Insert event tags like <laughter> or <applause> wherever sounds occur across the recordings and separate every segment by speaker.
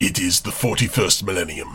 Speaker 1: It is the 41st millennium.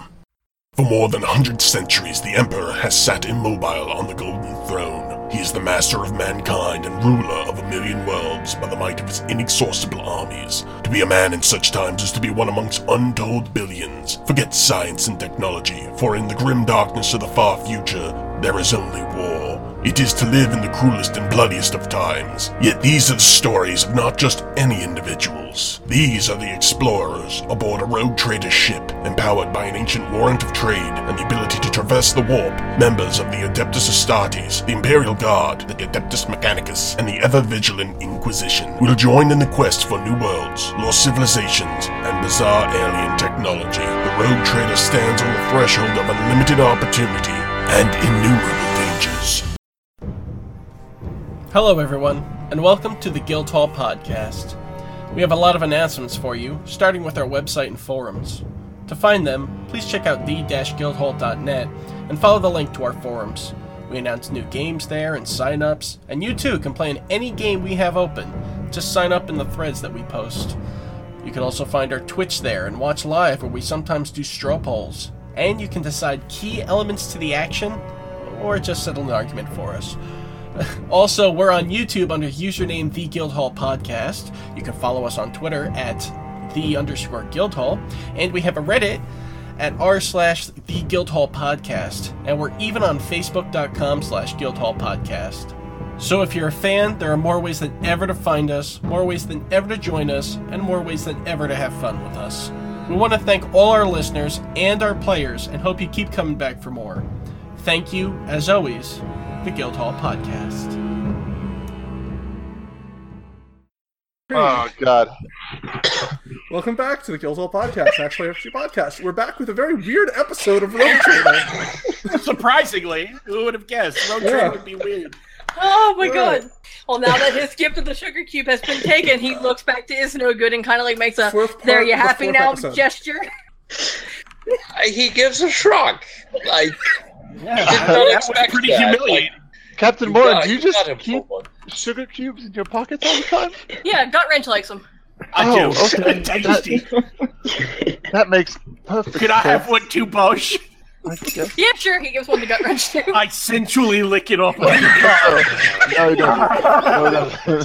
Speaker 1: For more than a hundred centuries, the Emperor has sat immobile on the Golden Throne. He is the master of mankind and ruler of a million worlds by the might of his inexhaustible armies. To be a man in such times is to be one amongst untold billions. Forget science and technology, for in the grim darkness of the far future, there is only war. It is to live in the cruelest and bloodiest of times. Yet these are the stories of not just any individuals. These are the explorers aboard a rogue trader ship, empowered by an ancient warrant of trade and the ability to traverse the warp, members of the Adeptus Astartes, the Imperial Guard, the Adeptus Mechanicus, and the ever vigilant Inquisition will join in the quest for new worlds, lost civilizations, and bizarre alien technology. The rogue trader stands on the threshold of unlimited opportunity and innumerable dangers.
Speaker 2: Hello, everyone, and welcome to the Guildhall Podcast. We have a lot of announcements for you, starting with our website and forums. To find them, please check out the guildhall.net and follow the link to our forums. We announce new games there and sign ups, and you too can play in any game we have open. Just sign up in the threads that we post. You can also find our Twitch there and watch live where we sometimes do straw polls. And you can decide key elements to the action or just settle an argument for us. Also, we're on YouTube under username The Guildhall Podcast. You can follow us on Twitter at The underscore Guildhall. And we have a Reddit at r slash The Guildhall Podcast. And we're even on Facebook.com slash Guildhall Podcast. So if you're a fan, there are more ways than ever to find us, more ways than ever to join us, and more ways than ever to have fun with us. We want to thank all our listeners and our players and hope you keep coming back for more. Thank you, as always, the Guildhall Podcast.
Speaker 3: Oh God!
Speaker 4: Welcome back to the Guildhall Podcast, actually FC Podcast. We're back with a very weird episode of Road Trader.
Speaker 2: Surprisingly, who would have guessed? Road
Speaker 4: Yeah.
Speaker 2: trip would be weird.
Speaker 5: Oh my
Speaker 4: Right.
Speaker 5: god. Well, now that his gift of the sugar cube has been taken, he looks back to Is No Good and kind of like makes <laughs> a
Speaker 4: Fourth part
Speaker 5: there you
Speaker 4: of the
Speaker 5: happy
Speaker 4: fourth
Speaker 5: now
Speaker 4: episode.
Speaker 5: gesture. <laughs>
Speaker 6: He gives a shrug.
Speaker 2: <laughs>
Speaker 6: Like,
Speaker 2: Yeah,
Speaker 6: Did
Speaker 2: that
Speaker 6: not
Speaker 2: was
Speaker 6: expect
Speaker 2: pretty
Speaker 6: that.
Speaker 2: humiliating.
Speaker 3: Captain
Speaker 6: you
Speaker 3: Moran,
Speaker 6: got-
Speaker 3: do you
Speaker 6: you
Speaker 3: just
Speaker 6: got him,
Speaker 3: keep <sighs>
Speaker 6: Bulma.
Speaker 3: sugar cubes in your pockets all the time?
Speaker 5: <laughs> Yeah, gut wrench likes him.
Speaker 2: I
Speaker 3: Oh,
Speaker 2: do.
Speaker 3: okay.
Speaker 2: <laughs> Tasty.
Speaker 3: That makes perfect.
Speaker 2: Could I have
Speaker 3: sense.
Speaker 2: one too, Bosch?
Speaker 3: I guess.
Speaker 5: Yeah, sure, he gives one to gut
Speaker 4: <laughs>
Speaker 5: wrench too.
Speaker 2: I sensually lick it off. yeah,
Speaker 3: Oh, No, no, no, no, no.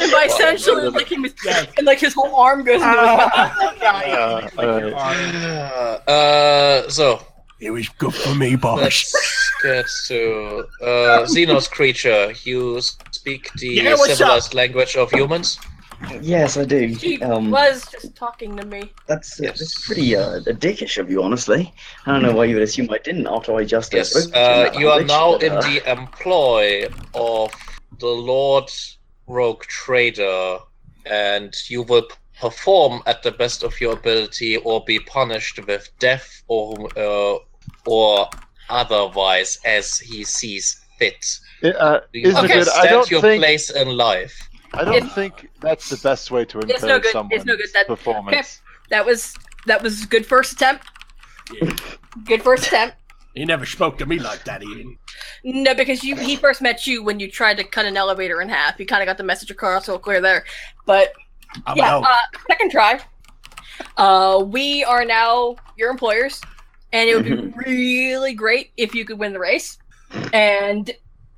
Speaker 5: and by essentially like he was,
Speaker 2: Yeah.
Speaker 5: and like his whole arm goes into his mouth. <laughs>
Speaker 2: yeah,
Speaker 3: Uh, uh,
Speaker 6: Uh, so
Speaker 2: It was good for me,
Speaker 6: <laughs>
Speaker 2: Bosch.
Speaker 6: let's get to uh, Xenos creature. You speak the
Speaker 2: Yeah, what's
Speaker 6: civilized language of humans.
Speaker 7: Yes, I do.
Speaker 5: He
Speaker 7: Um,
Speaker 5: was just talking to me.
Speaker 7: that's,
Speaker 6: Yes.
Speaker 7: that's pretty uh, dickish of you, honestly. I don't know why you would assume I didn't after I just
Speaker 6: Mm-hmm. Yes.
Speaker 7: spoke to
Speaker 6: Uh,
Speaker 7: about
Speaker 6: you are
Speaker 7: it,
Speaker 6: now
Speaker 7: but,
Speaker 6: in
Speaker 7: uh,
Speaker 6: the employ of the Lord Rogue Trader, and you will perform at the best of your ability, or be punished with death or uh, or otherwise as he sees fit.
Speaker 3: uh,
Speaker 6: Do you
Speaker 3: Isn't it good? I
Speaker 6: understand
Speaker 3: don't
Speaker 6: your
Speaker 3: think
Speaker 6: place in
Speaker 3: <laughs>
Speaker 6: life?
Speaker 3: I don't
Speaker 5: It's-
Speaker 3: think that's the best way to
Speaker 5: no
Speaker 3: encourage
Speaker 5: good. It's no
Speaker 3: someone's
Speaker 5: good. That-
Speaker 3: performance.
Speaker 5: That was that was good first attempt.
Speaker 2: Yeah.
Speaker 5: Good first attempt.
Speaker 2: He never spoke to me like that, Ian.
Speaker 5: No, because you he first met you when you tried to cut an elevator in half. You kind of got the message across real clear there, but
Speaker 2: I'm
Speaker 5: yeah,
Speaker 2: out.
Speaker 5: uh, second try. Uh, we are now your employers, and it would be really great if you could win the race. And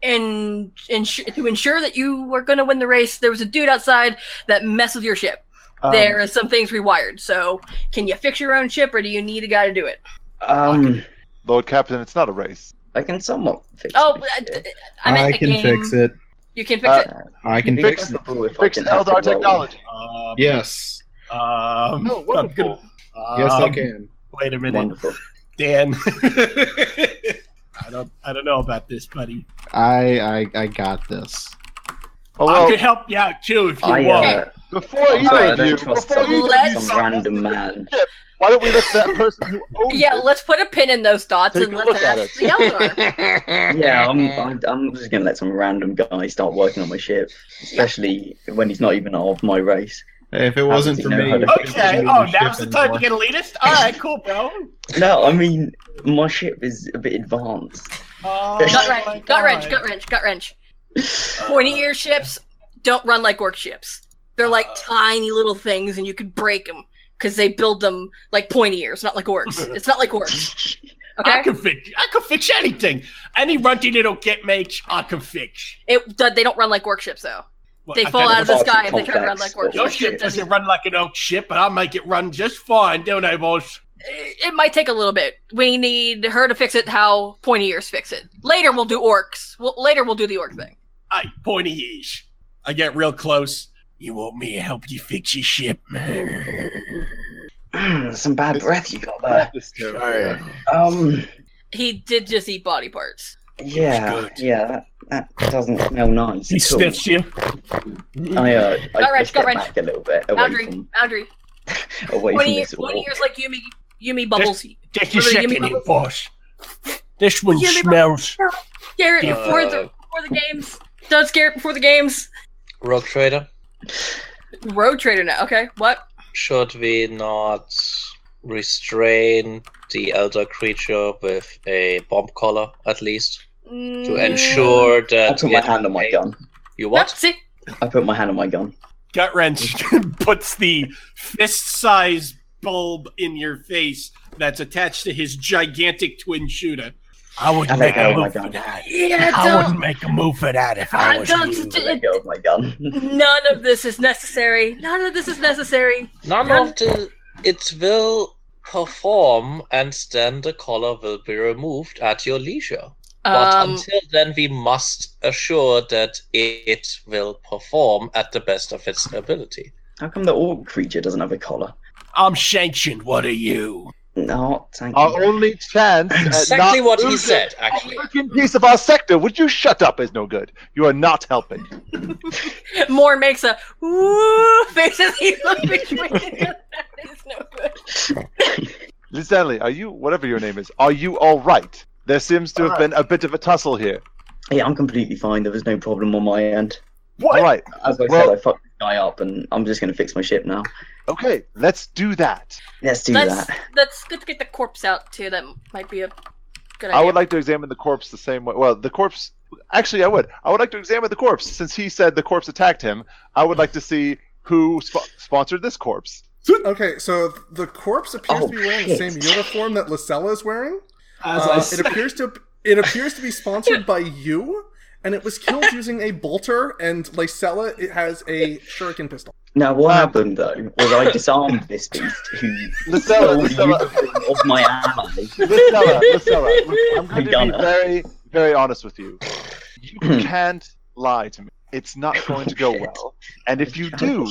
Speaker 5: and insu- to ensure that you were going to win the race, there was a dude outside that messed with your ship.
Speaker 7: um,
Speaker 5: there is some things rewired. So, can you fix your own ship, or do you need a guy to do it?
Speaker 7: Um,
Speaker 3: Lord Captain, it's not a race.
Speaker 7: I can somewhat fix
Speaker 5: Oh,
Speaker 7: my
Speaker 5: I,
Speaker 7: shit.
Speaker 5: I meant the
Speaker 8: can
Speaker 5: game.
Speaker 8: fix it.
Speaker 5: You can fix
Speaker 3: Uh,
Speaker 5: it.
Speaker 8: I can
Speaker 7: Be
Speaker 8: fix it.
Speaker 7: comfortable if I
Speaker 3: Fixed
Speaker 7: can have
Speaker 3: Eldar
Speaker 7: the role.
Speaker 3: technology. Oh,
Speaker 2: Um,
Speaker 8: Yes.
Speaker 2: Um,
Speaker 3: No,
Speaker 2: I'm
Speaker 3: wonderful.
Speaker 2: gonna-
Speaker 8: Yes, I
Speaker 2: um,
Speaker 8: can.
Speaker 2: Wait a minute,
Speaker 7: Wonderful.
Speaker 2: Dan. <laughs> I don't, I don't know about this, buddy.
Speaker 8: I I, I got this.
Speaker 3: Oh,
Speaker 2: I
Speaker 3: well, Oh.
Speaker 2: could help you out too if you
Speaker 7: I,
Speaker 2: want.
Speaker 7: uh,
Speaker 3: Before
Speaker 7: I'm sorry,
Speaker 3: either
Speaker 7: I
Speaker 3: of
Speaker 7: don't
Speaker 3: you,
Speaker 7: trust
Speaker 3: before
Speaker 5: them.
Speaker 3: either of you,
Speaker 5: Let's-
Speaker 7: Some random man.
Speaker 3: why don't we let that person who owns
Speaker 5: Yeah,
Speaker 3: it?
Speaker 5: let's put a pin in those dots
Speaker 3: Take
Speaker 5: and
Speaker 3: a
Speaker 5: let's
Speaker 3: look at
Speaker 5: ask
Speaker 3: it.
Speaker 5: the
Speaker 3: <laughs>
Speaker 5: Eldar.
Speaker 7: Yeah,
Speaker 6: <laughs>
Speaker 7: I'm, I'm. I'm just gonna let some random guy start working on my ship, especially when he's not even of my race.
Speaker 8: Hey, if it wasn't for me,
Speaker 7: Okay,
Speaker 8: it wouldn't
Speaker 2: Okay.
Speaker 8: be
Speaker 2: Oh,
Speaker 8: shit
Speaker 2: now's the time
Speaker 8: anymore.
Speaker 2: to get elitist. All right, cool, bro.
Speaker 7: No, I mean my ship is a bit advanced.
Speaker 2: Oh,
Speaker 5: gut
Speaker 2: my
Speaker 5: wrench, gut wrench,
Speaker 2: God.
Speaker 5: gut wrench, gut wrench. Pointy ear ships don't run like orc ships. They're like tiny little things, and you could break them because they build them like pointy ears, not like orcs. It's not like orcs.
Speaker 2: <laughs> I
Speaker 5: Okay,
Speaker 2: can fix. I can fix anything. Any runty that'll get makes, I can fix.
Speaker 5: it they don't run like orc ships though.
Speaker 2: Well,
Speaker 5: They
Speaker 2: I
Speaker 5: fall
Speaker 2: got-
Speaker 5: out of the
Speaker 7: Lots of
Speaker 5: sky if they try to run
Speaker 7: complex
Speaker 5: like orc
Speaker 2: Your
Speaker 7: stuff.
Speaker 5: ships. <laughs>
Speaker 2: ship doesn't run like an oak ship, but I'll make it run just fine, don't I, boss?
Speaker 5: It it might take a little bit. We need her to fix it how pointy ears fix it. Later we'll do orcs. We'll, later we'll do the orc thing.
Speaker 2: I pointy ears. I get real close. You want me to help you fix your ship? <laughs>
Speaker 7: Mm, some bad
Speaker 3: This-
Speaker 7: breath you got
Speaker 3: Not
Speaker 7: there.
Speaker 3: this
Speaker 2: oh,
Speaker 3: terrible.
Speaker 7: Um.
Speaker 5: He did just eat body parts.
Speaker 7: Yeah.
Speaker 3: good.
Speaker 7: Yeah. That, that doesn't smell nice.
Speaker 2: He
Speaker 7: at all.
Speaker 2: sniffs you.
Speaker 7: I, uh, I
Speaker 5: Gut wrench,
Speaker 7: just
Speaker 5: gut
Speaker 7: get
Speaker 5: wrench.
Speaker 7: back a little bit away
Speaker 5: Boundary,
Speaker 7: from,
Speaker 5: boundary.
Speaker 7: away from
Speaker 5: Pointy, ear-
Speaker 7: this
Speaker 5: pointy
Speaker 7: wall.
Speaker 5: ears like Yumi, Yumi bubbles.
Speaker 2: Take your
Speaker 5: Really,
Speaker 2: ship
Speaker 5: give me
Speaker 2: in
Speaker 5: a
Speaker 2: here,
Speaker 5: little-
Speaker 2: boss. This one
Speaker 5: Give me a
Speaker 2: smells.
Speaker 5: Scare it
Speaker 6: Yeah.
Speaker 5: before the before the games. Don't scare it before the games.
Speaker 6: Rogue Trader,
Speaker 5: Road trader now. Okay, what?
Speaker 6: should we not restrain the elder creature with a bomb collar at least to
Speaker 5: Mm.
Speaker 6: ensure
Speaker 7: I
Speaker 6: that
Speaker 7: put my
Speaker 6: it-
Speaker 7: hand on my gun.
Speaker 6: You
Speaker 5: Nope,
Speaker 6: what?
Speaker 5: see,
Speaker 7: I put my hand on my gun.
Speaker 2: Gut wrench <laughs> puts the fist-sized bulb in your face that's attached to his gigantic twin shooter. I
Speaker 7: I
Speaker 2: wouldn't
Speaker 7: let
Speaker 2: make
Speaker 7: go
Speaker 2: a
Speaker 7: of my
Speaker 2: move for
Speaker 7: gun.
Speaker 2: that.
Speaker 5: yeah,
Speaker 2: I wouldn't
Speaker 5: don't.
Speaker 2: make a move for that if I
Speaker 5: I
Speaker 2: was
Speaker 5: don't-
Speaker 2: you.
Speaker 7: I let go of my gun. <laughs>
Speaker 5: None of this is necessary. None of this is necessary.
Speaker 6: None of the. It will perform, and then the collar will be removed at your leisure. But
Speaker 5: Um,
Speaker 6: until then, we must assure that it will perform at the best of its ability.
Speaker 7: How come the orc creature doesn't have a collar?
Speaker 2: I'm sanctioned. What are you?
Speaker 7: No, thank you.
Speaker 3: Our only chance at
Speaker 6: Exactly
Speaker 3: Uh, not
Speaker 6: what he
Speaker 3: losing
Speaker 6: said,
Speaker 3: a
Speaker 6: actually.
Speaker 3: Freaking piece of our sector. Would you shut up? Is no good. You are not helping.
Speaker 5: Moore makes a <laughs> woo face as he looks between. the- It's no good.
Speaker 3: Liz Stanley, are you whatever your name is? Are you all right? There seems to have been a bit of a tussle here.
Speaker 7: Yeah, I'm completely fine. There was no problem on my end.
Speaker 3: All right.
Speaker 7: As I
Speaker 3: Well-
Speaker 7: said, I fucked this guy up, and I'm just gonna fix my ship now.
Speaker 3: Okay. Let's do that.
Speaker 7: Let's do
Speaker 5: That's
Speaker 7: that.
Speaker 5: that's good to get the corpse out too. That might be a good idea.
Speaker 3: I would like to examine the corpse the same way. Well, the corpse. Actually, I would. I would like to examine the corpse since he said the corpse attacked him. I would like to see who sp- sponsored this corpse.
Speaker 4: Okay, so the corpse appears
Speaker 7: Oh,
Speaker 4: to be wearing the
Speaker 7: shit.
Speaker 4: same uniform that Lacella is wearing.
Speaker 8: As
Speaker 4: Uh,
Speaker 8: I
Speaker 4: it appears to it appears to be sponsored by you, and it was
Speaker 5: <laughs>
Speaker 4: killed using a bolter. And Lacella it has a shuriken pistol.
Speaker 7: Now, what happened though was I <laughs> disarmed this beast who
Speaker 3: Lucella,
Speaker 7: stole the
Speaker 3: Lucella,
Speaker 7: uniform of my ally.
Speaker 3: Lucella, Lucella. look, I'm going to be
Speaker 7: Gonna.
Speaker 3: very, very honest with you. You
Speaker 7: Hmm.
Speaker 3: can't lie to me. It's not going to go
Speaker 7: Shit.
Speaker 3: well. And if you do,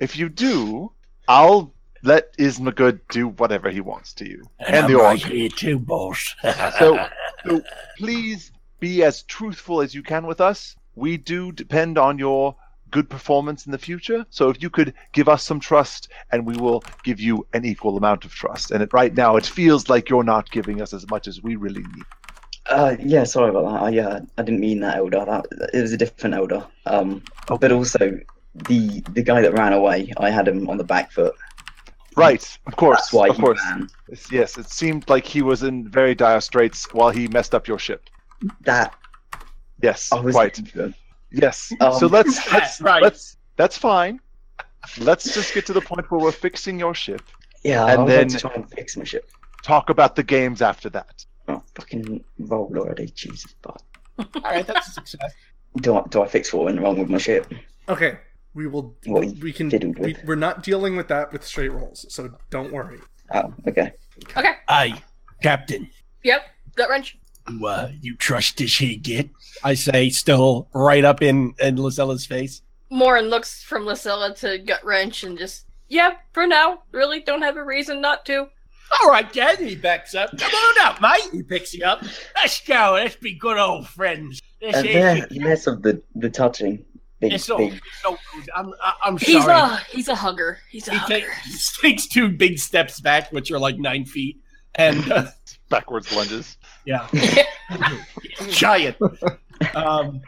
Speaker 3: if you do, I'll let Ismagood do whatever he wants to you and,
Speaker 2: I'm
Speaker 3: the
Speaker 2: right
Speaker 3: orc.
Speaker 2: here too, boss.
Speaker 7: <laughs>
Speaker 3: So, so please be as truthful as you can with us. We do depend on your good performance in the future. So if you could give us some trust, and we will give you an equal amount of trust. And it, right now, it feels like you're not giving us as much as we really need.
Speaker 7: Uh, yeah, sorry about that. I uh, I didn't mean that elder. That it was a different elder. Um, but also the the guy that ran away, I had him on the back foot.
Speaker 3: Right, of course,
Speaker 7: That's why
Speaker 3: of
Speaker 7: he
Speaker 3: course.
Speaker 7: ran.
Speaker 3: It's- Yes, it seemed like he was in very dire straits while he messed up your ship.
Speaker 7: That
Speaker 3: Yes,
Speaker 7: I was
Speaker 3: quite. Yes.
Speaker 7: Oh, <laughs> Um,
Speaker 3: so let's let's,
Speaker 2: right.
Speaker 3: let's that's fine. Let's just get to the point where we're fixing your ship.
Speaker 7: Yeah,
Speaker 3: And
Speaker 7: I was
Speaker 3: then-
Speaker 7: then to try and fix my shit.
Speaker 3: Talk about the games after that.
Speaker 7: Oh, fucking roll already, Jesus! But
Speaker 2: All right, that's a success.
Speaker 7: do I do I fix what went wrong with my ship?
Speaker 4: Okay, we will.
Speaker 7: What
Speaker 4: we can.
Speaker 7: fiddled
Speaker 4: We,
Speaker 7: with.
Speaker 4: we're not dealing with that with straight rolls, so don't worry.
Speaker 7: Oh, okay.
Speaker 5: Okay.
Speaker 2: Aye, Captain.
Speaker 5: Yep. Gut wrench.
Speaker 2: You, uh, you trust this he get? I say, still right up in in Lizella's face.
Speaker 5: Morin looks from Lucilla to gut wrench and just yeah. For now, really don't have a reason not to.
Speaker 2: All right, Dad. He backs up. Come on up, mate. He picks you up. Let's go. Let's be good old friends. This
Speaker 7: And
Speaker 2: is-
Speaker 7: there, less of the the touching. Big,
Speaker 2: It's not.
Speaker 7: big.
Speaker 2: no, I'm, I- I'm sorry.
Speaker 5: He's a he's a hugger. He's a
Speaker 2: he,
Speaker 5: hugger.
Speaker 2: ta- he takes two big steps back, which are like nine feet, and uh,
Speaker 3: Backwards lunges.
Speaker 2: yeah, giant. Um,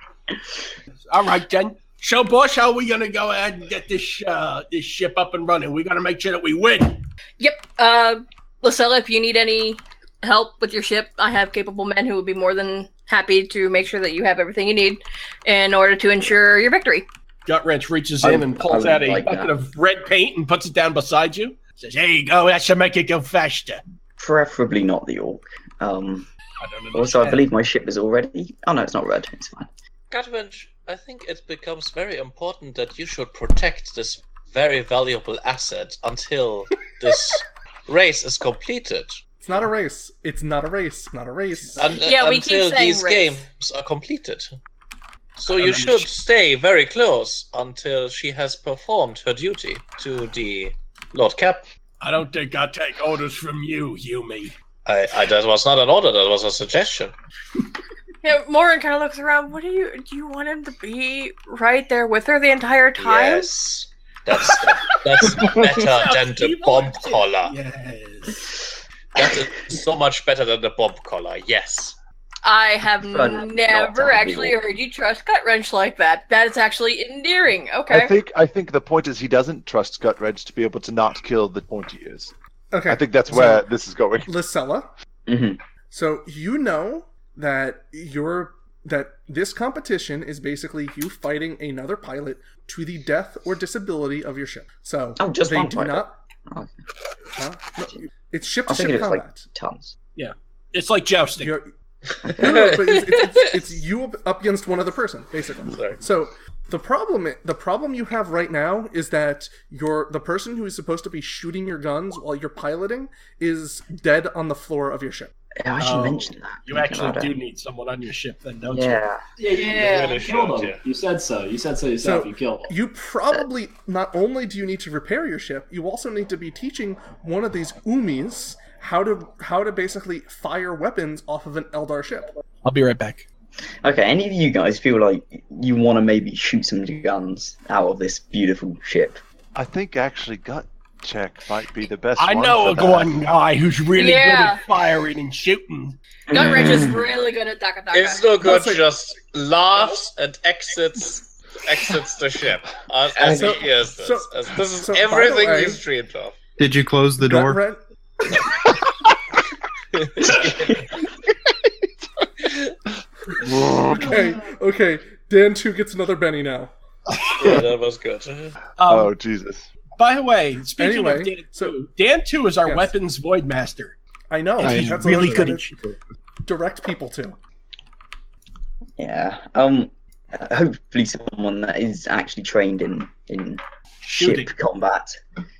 Speaker 2: all right, then. So, boss, how are we gonna go ahead and get this uh, this ship up and running? We gotta make sure that we win.
Speaker 5: Yep. Uh, Lucella, if you need any help with your ship, I have capable men who would be more than happy to make sure that you have everything you need in order to ensure your victory.
Speaker 2: Gut wrench reaches
Speaker 7: I-
Speaker 2: in and pulls
Speaker 7: I would
Speaker 2: out a
Speaker 7: like
Speaker 2: bucket
Speaker 7: that.
Speaker 2: of red paint and puts it down beside you. Says, "Here you go. That should make it go faster."
Speaker 7: Preferably not the orc. Um,
Speaker 2: I don't know.
Speaker 7: also, I believe my ship is already. Oh no, it's not red. It's fine.
Speaker 6: Godwinch, I think it becomes very important that you should protect this very valuable asset until this race is completed.
Speaker 4: It's not a race. It's not a race. Not a race.
Speaker 6: Un-
Speaker 5: Yeah, we keep
Speaker 6: uh, until
Speaker 5: saying
Speaker 6: these
Speaker 5: race.
Speaker 6: games are completed. So
Speaker 2: I
Speaker 6: you
Speaker 2: don't
Speaker 6: should stay very close until she has performed her duty to the Lord Cap.
Speaker 2: I don't think I take orders from you, Yumi.
Speaker 6: I, I that was not an order, that was a suggestion.
Speaker 5: Yeah, Morin kind of looks around. What do you do? You want him to be right there with her the entire time?
Speaker 6: Yes. That's that's better than the
Speaker 2: Evil.
Speaker 6: bomb
Speaker 7: Uh.
Speaker 6: collar.
Speaker 2: Yes.
Speaker 6: That is so much better than the bomb collar, yes.
Speaker 5: I have
Speaker 7: Fun. Not
Speaker 5: never
Speaker 7: on
Speaker 5: actually
Speaker 7: people.
Speaker 5: heard you trust gut wrench like that. That is actually endearing. Okay.
Speaker 3: I think I think the point is he doesn't trust Gutredge to be able to not kill the pointy ears.
Speaker 4: Okay.
Speaker 3: I think that's where this is going.
Speaker 4: Lysella,
Speaker 7: hmm
Speaker 4: so you know that you're that this competition is basically you fighting another pilot to the death or disability of your ship. So
Speaker 7: Oh, just
Speaker 4: they
Speaker 7: one
Speaker 4: do
Speaker 7: pilot.
Speaker 4: not.
Speaker 7: Oh.
Speaker 4: Huh? No, it's ship to
Speaker 7: I think
Speaker 4: ship
Speaker 7: it's like
Speaker 4: combat.
Speaker 7: tons.
Speaker 2: It's like jousting.
Speaker 4: You're- No, no, but it's, it's, it's, it's you up- up against one other person, basically.
Speaker 6: Sorry.
Speaker 4: So the problem the problem you have right now is that your the person who is supposed to be shooting your guns while you're piloting is dead on the floor of your ship.
Speaker 7: Yeah, I should
Speaker 2: Oh,
Speaker 7: mention that.
Speaker 2: You
Speaker 7: Thinking
Speaker 2: actually
Speaker 7: about
Speaker 2: do
Speaker 7: it.
Speaker 2: need someone on your ship, then, don't you?
Speaker 7: Yeah.
Speaker 2: Yeah, you
Speaker 5: Yeah.
Speaker 2: really
Speaker 9: Killed
Speaker 2: should,
Speaker 9: him. You said so. You said so yourself.
Speaker 4: So-
Speaker 9: you killed him.
Speaker 4: You probably not only do you need to repair your ship, you also need to be teaching one of these umis how to how to basically fire weapons off of an Eldar ship.
Speaker 10: I'll be right back.
Speaker 7: Okay, any of you guys feel like you want to maybe shoot some guns out of this beautiful ship?
Speaker 3: I think actually gut check might be the best.
Speaker 2: I
Speaker 3: one
Speaker 2: know
Speaker 3: for
Speaker 2: a
Speaker 3: that.
Speaker 2: one guy who's really
Speaker 5: Yeah.
Speaker 2: good at firing and shooting.
Speaker 7: Mm.
Speaker 5: Gut wrench is
Speaker 3: Mm.
Speaker 5: really good at Daka Daka.
Speaker 6: It's no good.
Speaker 4: That's like-
Speaker 6: just laughs and exits exits the ship as, as
Speaker 4: So-
Speaker 6: he hears this.
Speaker 4: so-
Speaker 6: as, this is
Speaker 4: so by the
Speaker 6: everything
Speaker 4: way-
Speaker 6: he's dreamed of. <laughs>
Speaker 11: Did you close the door?
Speaker 4: Gut wrench- okay, okay. Dan two gets another Benny now.
Speaker 6: Yeah, that was good.
Speaker 2: Um,
Speaker 3: <laughs> oh Jesus!
Speaker 2: By the way, speaking of
Speaker 4: Anyway,
Speaker 2: Dan,
Speaker 4: so
Speaker 2: Dan Two is our
Speaker 4: Yes.
Speaker 2: weapons void master.
Speaker 4: I know
Speaker 2: and he's
Speaker 4: that's what I
Speaker 2: really
Speaker 4: was
Speaker 2: good
Speaker 4: gonna
Speaker 2: at shooting.
Speaker 4: direct people to.
Speaker 7: <laughs> Yeah. Um. Hopefully, someone that is actually trained in in
Speaker 2: Shooting.
Speaker 7: ship combat.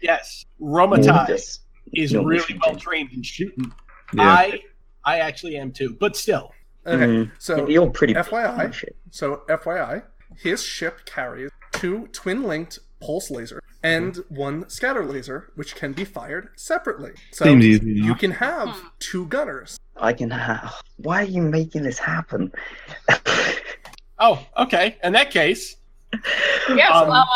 Speaker 2: Yes, Romatai
Speaker 7: Just
Speaker 2: is
Speaker 7: normal
Speaker 2: really
Speaker 7: shooting.
Speaker 2: well trained in shooting.
Speaker 11: Yeah.
Speaker 2: I, I actually am too, but still,
Speaker 4: Okay,
Speaker 11: Mm-hmm.
Speaker 7: Mhm.
Speaker 4: so
Speaker 7: You're pretty.
Speaker 4: FYI.
Speaker 7: pretty shit.
Speaker 4: So, FYI, his ship carries two twin linked pulse laser and one scatter laser, which can be fired separately. So
Speaker 11: Seems easy.
Speaker 4: you
Speaker 11: enough.
Speaker 4: can have
Speaker 5: Hmm.
Speaker 4: two gunners.
Speaker 7: I can ha Why are you making this happen? <laughs>
Speaker 2: oh, okay. In that case,
Speaker 5: yes.
Speaker 2: um,
Speaker 5: well,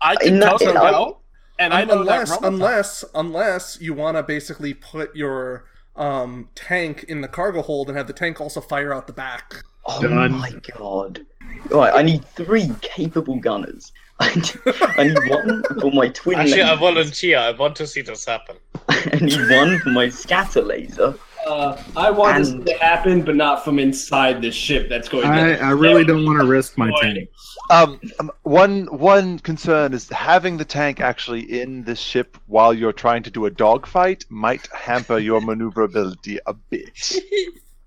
Speaker 2: I can
Speaker 7: No,
Speaker 2: Tosa
Speaker 7: no.
Speaker 2: go, and I know
Speaker 4: unless,
Speaker 2: that Romatai-
Speaker 4: unless, unless you want to basically put your um, tank in the cargo hold and have the tank also fire out the back.
Speaker 7: Oh
Speaker 11: Done.
Speaker 7: my god. Right, I need three capable gunners. <laughs> I need, I need one for my twin
Speaker 6: Actually, I
Speaker 7: laser.
Speaker 6: volunteer. I want to see this happen.
Speaker 7: <laughs> I need one for my scatter laser.
Speaker 9: Uh, I want
Speaker 7: And-
Speaker 9: this to happen, but not from inside the ship. That's going.
Speaker 11: I,
Speaker 9: to
Speaker 11: I really don't want to risk my tank.
Speaker 3: Um, um, one one concern is having the tank actually in the ship while you're trying to do a dogfight might hamper your maneuverability a bit.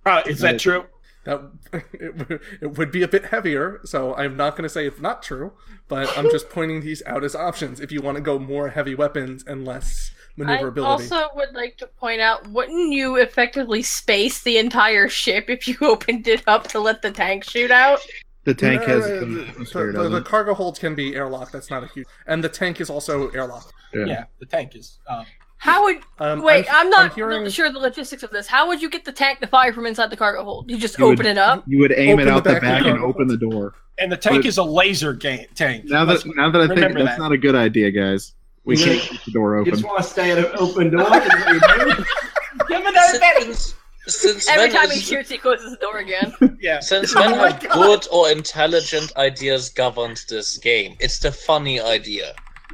Speaker 2: Uh, is that true?
Speaker 4: That <laughs> it, w- it would be a bit heavier, so I'm not going to say it's not true, but I'm
Speaker 2: <laughs>
Speaker 4: just pointing these out as options if you want to go more heavy weapons and less
Speaker 5: I
Speaker 4: maneuverability.
Speaker 5: also would like to point out, wouldn't you effectively space the entire ship if you <laughs> opened it up to let the tank shoot out?
Speaker 11: The tank has
Speaker 4: Uh,
Speaker 11: an atmosphere,
Speaker 4: the, the, the
Speaker 11: doesn't
Speaker 4: cargo hold can be airlocked. That's not a huge, and the tank is also airlocked.
Speaker 11: it?
Speaker 2: Yeah, the tank is. Um,
Speaker 5: How would
Speaker 4: Um,
Speaker 5: wait? I'm, not
Speaker 4: I'm hearing-
Speaker 5: sure the logistics of this. How would you get the tank to fire from inside the cargo hold? You just
Speaker 12: You
Speaker 5: open
Speaker 12: would-
Speaker 5: it up.
Speaker 12: You would aim
Speaker 4: Open
Speaker 12: it
Speaker 4: the
Speaker 12: out the
Speaker 4: back
Speaker 12: back,
Speaker 4: door.
Speaker 12: and open the door.
Speaker 8: And the tank
Speaker 12: But-
Speaker 8: is a laser ga- tank.
Speaker 12: Now that
Speaker 8: Let's
Speaker 12: now that I think
Speaker 8: remember
Speaker 12: that's
Speaker 8: that.
Speaker 12: not a good idea, guys. We
Speaker 13: Yeah.
Speaker 12: can't keep the door
Speaker 13: You
Speaker 12: open.
Speaker 13: just want to stay at an open door. is what you do?
Speaker 2: <laughs>
Speaker 8: Give me those
Speaker 6: Since, since
Speaker 5: Every
Speaker 6: when
Speaker 5: time he
Speaker 6: is-
Speaker 5: shoots, he closes the door again.
Speaker 8: Yeah.
Speaker 6: Since when
Speaker 8: Oh my
Speaker 6: have good or intelligent ideas governed this game? It's the funny idea.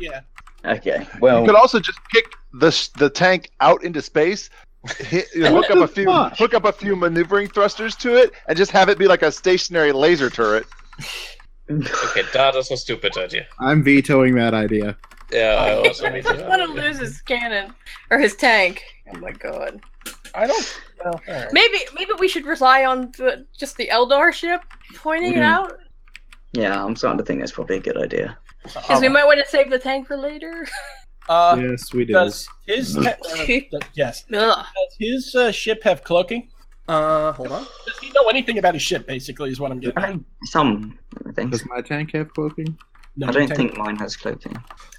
Speaker 8: Yeah.
Speaker 7: Okay.
Speaker 3: You
Speaker 7: Well,
Speaker 3: could also just kick the s- the tank out into space,
Speaker 12: <laughs>
Speaker 3: hit, you know, hook up a few
Speaker 12: fuck?
Speaker 3: hook up a few maneuvering thrusters to it, and just have it be like a stationary laser turret.
Speaker 6: Okay, that is a stupid idea.
Speaker 12: I'm vetoing that idea.
Speaker 6: Yeah, I also made <laughs> that
Speaker 5: <laughs> Let him
Speaker 6: idea.
Speaker 5: lose his cannon or his tank. Oh my god.
Speaker 8: I don't. Well, all right.
Speaker 5: Maybe maybe we should rely on the, just the Eldar ship pointing it
Speaker 7: Mhm.
Speaker 5: out
Speaker 7: <laughs> yeah, I'm starting to think that's probably a good idea.
Speaker 5: because
Speaker 2: Oh.
Speaker 5: we might want to save the tank for later. <laughs>
Speaker 2: Uh,
Speaker 12: yes, we do.
Speaker 2: Does his
Speaker 12: Mm-hmm.
Speaker 2: ta- uh, th- yes?
Speaker 5: Ugh.
Speaker 2: Does his uh, ship have cloaking?
Speaker 4: Uh, hold on.
Speaker 2: Does he know anything about his ship? Basically, is what I'm getting. at.
Speaker 7: I, some things.
Speaker 12: Does my tank have cloaking?
Speaker 2: No,
Speaker 7: I don't
Speaker 2: tank-
Speaker 7: think mine has cloaking.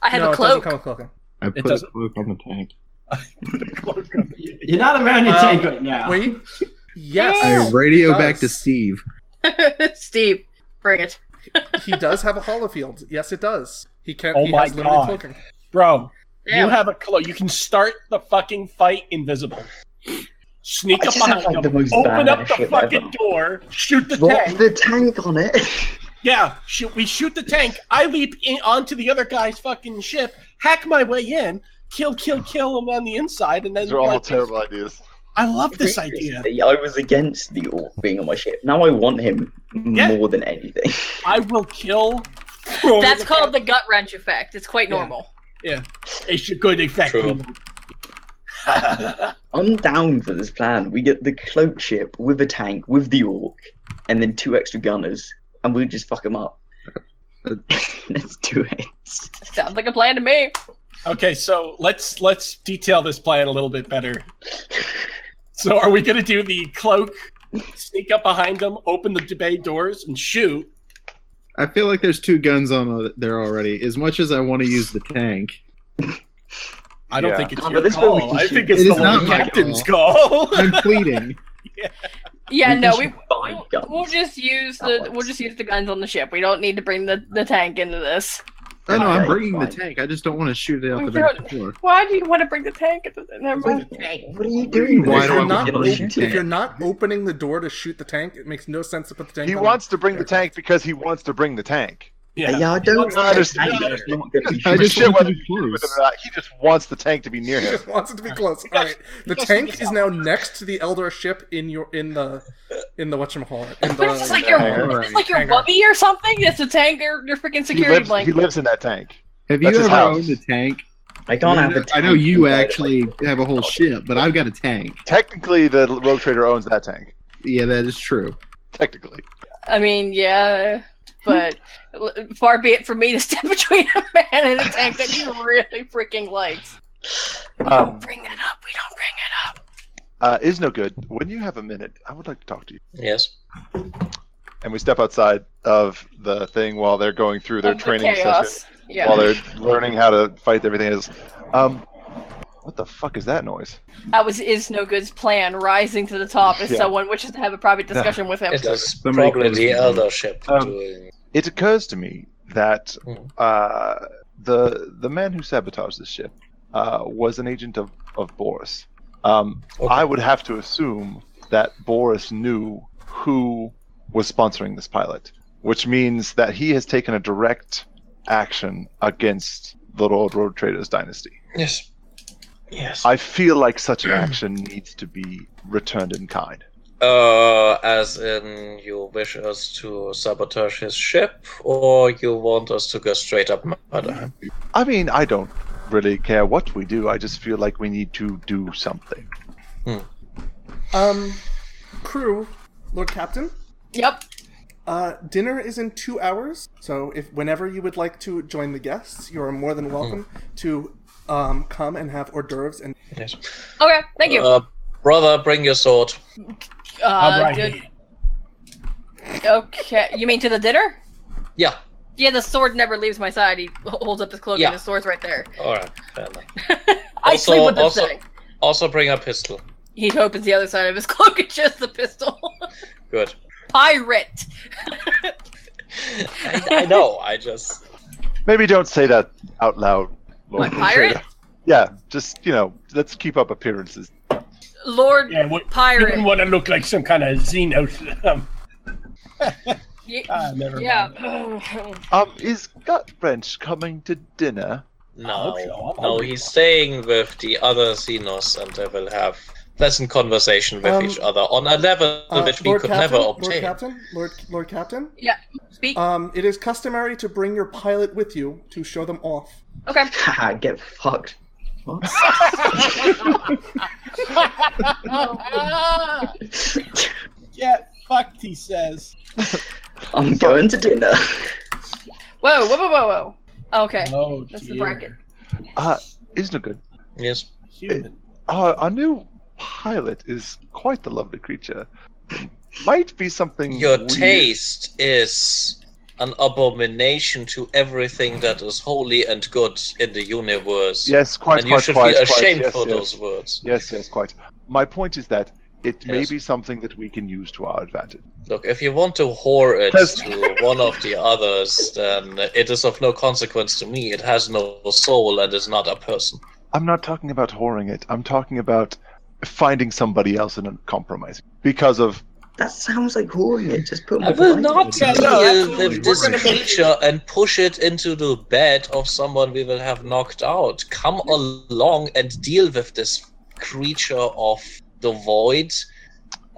Speaker 5: I have
Speaker 4: no,
Speaker 5: a
Speaker 4: it doesn't
Speaker 5: cloak.
Speaker 4: come with cloaking.
Speaker 12: I put a
Speaker 2: doesn't-
Speaker 12: cloak on the tank.
Speaker 13: You're not around your
Speaker 2: Uh,
Speaker 4: Um,
Speaker 13: tank right now.
Speaker 4: Wait. Yes.
Speaker 12: I
Speaker 5: Yeah.
Speaker 12: radio
Speaker 4: Does.
Speaker 12: back to Steve.
Speaker 5: <laughs> Steve, bring it.
Speaker 4: he does have a hollow field. Yes, it does. He can't.
Speaker 2: Oh
Speaker 4: he
Speaker 2: my
Speaker 4: has limited
Speaker 2: God.
Speaker 4: cloaking.
Speaker 2: Bro,
Speaker 5: Damn.
Speaker 2: you have a cloak. You can start the fucking fight invisible. Sneak
Speaker 7: I
Speaker 2: up
Speaker 7: just have,
Speaker 2: behind
Speaker 7: like, the
Speaker 2: them,
Speaker 7: most
Speaker 2: open up
Speaker 7: badass
Speaker 2: the
Speaker 7: ship
Speaker 2: fucking
Speaker 7: ever.
Speaker 2: door, shoot the
Speaker 7: Rock
Speaker 2: tank.
Speaker 7: the tank on it.
Speaker 2: Yeah, shoot, we shoot the tank. I leap in, onto the other guy's fucking ship, hack my way in, kill, kill, kill him on the inside, and then
Speaker 3: These are all
Speaker 2: like,
Speaker 3: terrible ideas.
Speaker 2: I love this idea.
Speaker 7: Previously, <laughs> I was against the orc being on my ship. Now I want him
Speaker 2: Yeah.
Speaker 7: more than anything.
Speaker 2: I will kill.
Speaker 5: That's called the gut wrench effect. It's quite normal.
Speaker 2: It's a good effect.
Speaker 6: True.
Speaker 7: <laughs> I'm down for this plan. We get the cloak ship with a tank, with the orc, and then two extra gunners, and we just fuck them up. <laughs> Let's do it.
Speaker 5: Sounds like a plan to me.
Speaker 2: Okay, so let's let's detail this plan a little bit better. So, are we going to do the cloak, sneak up behind them, open the debate doors, and shoot?
Speaker 12: I feel like there's two guns on uh, there already. As much as I want to use the tank,
Speaker 2: I don't
Speaker 3: Yeah.
Speaker 2: think it's
Speaker 7: Oh, but
Speaker 2: your
Speaker 7: this way we
Speaker 2: call.
Speaker 7: can
Speaker 2: I
Speaker 7: shoot.
Speaker 2: think it's
Speaker 12: It
Speaker 2: the
Speaker 12: is not
Speaker 2: Lord
Speaker 12: my
Speaker 2: captain's call.
Speaker 12: I'm pleading.
Speaker 5: Yeah,
Speaker 7: We
Speaker 5: no,
Speaker 7: just
Speaker 5: we
Speaker 7: buy
Speaker 5: we'll,
Speaker 7: guns.
Speaker 5: we'll just use
Speaker 7: That
Speaker 5: the
Speaker 7: works.
Speaker 5: we'll just use the guns on the ship. We don't need to bring the, the tank into this.
Speaker 12: I know I'm
Speaker 7: Okay,
Speaker 12: bringing the
Speaker 7: fine.
Speaker 12: tank. I just don't want to shoot it out
Speaker 5: We
Speaker 12: the back door.
Speaker 5: Why do you want to bring the tank into the never mind.
Speaker 7: What are you doing?
Speaker 12: Why
Speaker 4: if
Speaker 12: do
Speaker 4: you're
Speaker 12: I want
Speaker 4: not
Speaker 12: to
Speaker 4: op-
Speaker 12: shoot
Speaker 4: if
Speaker 12: it?
Speaker 4: you're not opening the door to shoot the tank, it makes no sense to put the tank.
Speaker 3: He
Speaker 4: on <laughs>
Speaker 3: wants to bring the tank because he wants to bring the tank.
Speaker 7: Yeah,
Speaker 2: <laughs>
Speaker 5: Uh,
Speaker 2: yeah.
Speaker 7: I don't
Speaker 3: I understand.
Speaker 7: understand. It's not gonna be
Speaker 12: I
Speaker 7: shit.
Speaker 12: just
Speaker 3: Shit,
Speaker 12: want it to
Speaker 3: whether you
Speaker 12: be
Speaker 3: agree with him
Speaker 12: close.
Speaker 3: or not, he just wants the tank to be near
Speaker 4: He
Speaker 3: him.
Speaker 4: just wants it to be close. All right. The
Speaker 2: Yes, yes,
Speaker 4: tank is
Speaker 2: yes.
Speaker 4: now next to the Eldar ship in your in the in the whatchamacallit. In
Speaker 5: But <laughs> it's just
Speaker 4: the,
Speaker 5: like your
Speaker 12: Alright.
Speaker 5: it's like your
Speaker 4: Hanger.
Speaker 5: wubby or something. It's a tank or your freaking
Speaker 3: He
Speaker 5: security
Speaker 3: lives, he
Speaker 5: blanket.
Speaker 3: lives in that tank.
Speaker 12: Have
Speaker 3: That's
Speaker 12: you
Speaker 3: his
Speaker 12: ever
Speaker 3: house.
Speaker 12: owned a tank?
Speaker 7: I can't have the
Speaker 12: I
Speaker 7: tank.
Speaker 12: know you
Speaker 7: inside of my <laughs>
Speaker 12: actually have a whole ship, but I've got a tank.
Speaker 3: Technically, the rogue trader owns that tank.
Speaker 12: Yeah, that is true.
Speaker 3: Technically,
Speaker 5: I mean, yeah, but l- far be it for me to <laughs> step between a man and a tank that he really freaking likes.
Speaker 3: um,
Speaker 5: Bring it up. We don't bring it up.
Speaker 3: uh, is no good. When you have a minute, I would like to talk to you.
Speaker 6: Yes.
Speaker 3: And we step outside of the thing while they're going through their
Speaker 5: Of the
Speaker 3: training session.
Speaker 5: chaos. Yeah.
Speaker 3: while they're learning how to fight everything is um what the fuck is that noise
Speaker 5: That was is no good's plan. Rising to the top is
Speaker 3: Yeah.
Speaker 5: someone wishes to have a private discussion with him.
Speaker 6: It is
Speaker 12: Somebody
Speaker 6: probably
Speaker 12: goes
Speaker 6: the
Speaker 12: in.
Speaker 6: elder ship
Speaker 3: Um,
Speaker 6: doing.
Speaker 3: it occurs to me that
Speaker 6: Hmm.
Speaker 3: uh the the man who sabotaged this ship uh was an agent of of boris um
Speaker 6: Okay.
Speaker 3: i would have to assume that boris knew who was sponsoring this pilot which means that he has taken a direct action against the Lord Road Traders dynasty.
Speaker 6: Yes. Yes.
Speaker 3: I feel like such an action needs to be returned in kind.
Speaker 6: Uh, as in, you wish us to sabotage his ship, or you want us to go straight up murder him?
Speaker 3: I mean, I don't really care what we do. I just feel like we need to do something.
Speaker 4: um, crew, Lord Captain.
Speaker 5: Yep.
Speaker 4: Uh, dinner is in two hours, so if whenever you would like to join the guests, you are more than welcome
Speaker 6: Hmm.
Speaker 4: to um, come and have hors d'oeuvres and
Speaker 6: Yes.
Speaker 5: Okay. Thank you. Uh,
Speaker 6: Uh, brother, bring your sword.
Speaker 5: did- okay. You mean to the dinner?
Speaker 6: Yeah.
Speaker 5: Yeah, the sword never leaves my side. He h- holds up his cloak
Speaker 6: Yeah.
Speaker 5: and his sword's right there.
Speaker 6: All right. Fair enough.
Speaker 5: I sleep with this
Speaker 6: also,
Speaker 5: thing.
Speaker 6: also bring a pistol.
Speaker 5: He opens the other side of his <laughs> cloak and shows the pistol.
Speaker 6: Good.
Speaker 5: Pirate.
Speaker 6: I, I know. I just
Speaker 4: <laughs>
Speaker 3: Maybe don't say that out loud. Lord
Speaker 5: Like pirate?
Speaker 3: Trader. Yeah, just you know, let's keep up appearances.
Speaker 5: Lord
Speaker 8: Yeah, what,
Speaker 5: Pirate.
Speaker 8: You wouldn't want to look like some kind of
Speaker 2: <laughs>
Speaker 8: xenos. Um,
Speaker 5: Ye-
Speaker 8: ah, never
Speaker 5: yeah.
Speaker 8: mind.
Speaker 3: Um, is Gut Wrench coming to
Speaker 5: <laughs>
Speaker 3: dinner?
Speaker 6: no,
Speaker 8: hope so. I'm
Speaker 6: no.
Speaker 8: hungry.
Speaker 6: He's staying with the other Xenos, and they will have pleasant conversation with
Speaker 4: Um,
Speaker 6: each other on a level
Speaker 4: Uh,
Speaker 6: which we
Speaker 4: Lord
Speaker 6: could
Speaker 4: Captain,
Speaker 6: never
Speaker 4: Lord
Speaker 6: obtain.
Speaker 4: Captain, Lord, Lord Captain.
Speaker 5: Yeah. Speak.
Speaker 4: Um, it is customary to bring your pilot with you to show them off.
Speaker 5: okay.
Speaker 8: <laughs>
Speaker 7: Haha, get fucked. What?
Speaker 2: <laughs>
Speaker 7: <laughs>
Speaker 8: Ah, Get fucked, he says.
Speaker 7: I'm going to dinner. <laughs>
Speaker 5: Whoa, whoa, whoa, whoa, whoa. Okay.
Speaker 8: Oh,
Speaker 5: That's the
Speaker 8: dear.
Speaker 5: bracket.
Speaker 3: Uh, isn't it good?
Speaker 6: Yes.
Speaker 8: Human.
Speaker 3: Uh, our new pilot is quite the lovely creature. Might be something
Speaker 6: Your
Speaker 3: weird.
Speaker 6: taste is an abomination to everything that is holy and good in the universe.
Speaker 3: Yes, quite,
Speaker 6: and
Speaker 3: quite,
Speaker 6: you should
Speaker 3: quite,
Speaker 6: be
Speaker 3: quite,
Speaker 6: ashamed
Speaker 3: yes,
Speaker 6: for
Speaker 3: yes.
Speaker 6: those words.
Speaker 3: Yes, yes, quite. My point is that it may
Speaker 6: Yes.
Speaker 3: be something that we can use to our advantage.
Speaker 6: Look, if you want to whore it
Speaker 3: Yes.
Speaker 6: to one of the others, then it is of no consequence to me. It has no soul and is not a person.
Speaker 3: I'm not talking about whoring it. I'm talking about finding somebody else and compromising because of
Speaker 7: That sounds like whoring it. Just put
Speaker 6: I
Speaker 7: my
Speaker 6: will
Speaker 7: blind
Speaker 6: not
Speaker 7: on.
Speaker 6: deal
Speaker 8: absolutely.
Speaker 6: with
Speaker 8: We're gonna
Speaker 6: this
Speaker 8: make-
Speaker 6: creature and push it into the bed of someone we will have knocked out. Come along and deal with this creature of the void,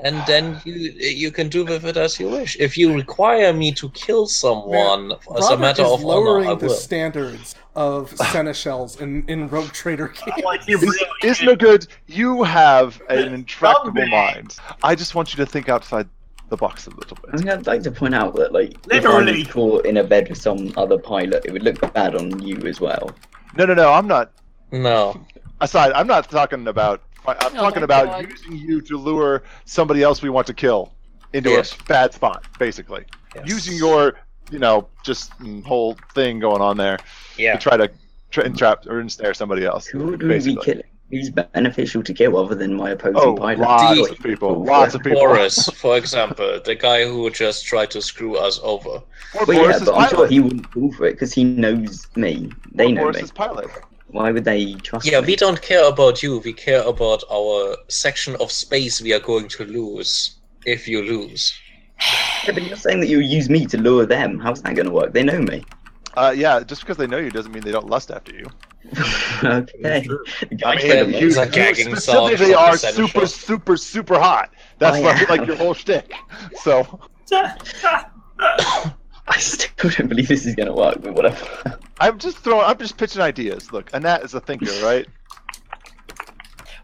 Speaker 6: and then you you can do with it as you wish. If you require me to kill someone as a
Speaker 4: Robert
Speaker 6: matter
Speaker 4: is
Speaker 6: of honor,
Speaker 4: lowering
Speaker 6: I
Speaker 4: the
Speaker 6: will.
Speaker 4: standards
Speaker 6: <laughs>
Speaker 4: of seneschals in, in Rogue
Speaker 3: <laughs>
Speaker 4: Trader games.
Speaker 3: Is- Isn't it good? You have an intractable mind. I just want you to think outside the box a little
Speaker 7: I
Speaker 3: bit.
Speaker 7: mean, I'd like to point out that, like, if I
Speaker 8: Literally.
Speaker 7: was caught in a bed with some other pilot, it would look bad on you as well.
Speaker 3: No, no, no. I'm not.
Speaker 6: No,
Speaker 3: Aside, I'm not talking about.
Speaker 7: Oh
Speaker 3: I'm
Speaker 5: my
Speaker 3: talking about
Speaker 5: God.
Speaker 3: using you to lure somebody else we want to kill into
Speaker 6: Yes.
Speaker 3: a bad spot, basically. Using your, you know, just mm, whole thing going on there
Speaker 6: yeah.
Speaker 3: to try to tra- entrap or ensnare somebody else.
Speaker 7: Who would we be
Speaker 3: basically.
Speaker 7: killing? Who's beneficial to kill other than my opposing
Speaker 3: Oh,
Speaker 7: pilot?
Speaker 3: lots
Speaker 6: The-
Speaker 3: of people. Lots of people.
Speaker 6: Boris, for example, the guy who just tried to screw us over.
Speaker 3: Or
Speaker 7: Well, yeah,
Speaker 3: Boris's
Speaker 7: but I'm sure
Speaker 3: pilot.
Speaker 7: he wouldn't fall for it because he knows me. They
Speaker 3: Or
Speaker 7: know me.
Speaker 3: Boris's pilot.
Speaker 7: Why would they trust
Speaker 6: Yeah,
Speaker 7: me?
Speaker 6: we don't care about you. We care about our section of space we are going to lose if you lose.
Speaker 7: Yeah, but you're saying that you'll use me to lure them. How's that going to work? They know me. <laughs>
Speaker 3: Uh, yeah, just because they know you doesn't mean they don't lust after you.
Speaker 7: okay.
Speaker 3: I
Speaker 7: Guys,
Speaker 3: mean,
Speaker 7: they're
Speaker 6: it's a
Speaker 7: amazing.
Speaker 6: gagging sound.
Speaker 3: Specifically,
Speaker 6: from the
Speaker 3: are
Speaker 6: senator.
Speaker 3: super, super, super hot. That's
Speaker 7: Oh,
Speaker 3: like,
Speaker 7: yeah.
Speaker 3: like your whole shtick. So
Speaker 7: I still don't believe this is going to work, but whatever.
Speaker 3: I'm just throwing. I'm just pitching ideas. Look, Annette is a thinker,
Speaker 5: <laughs>
Speaker 3: right?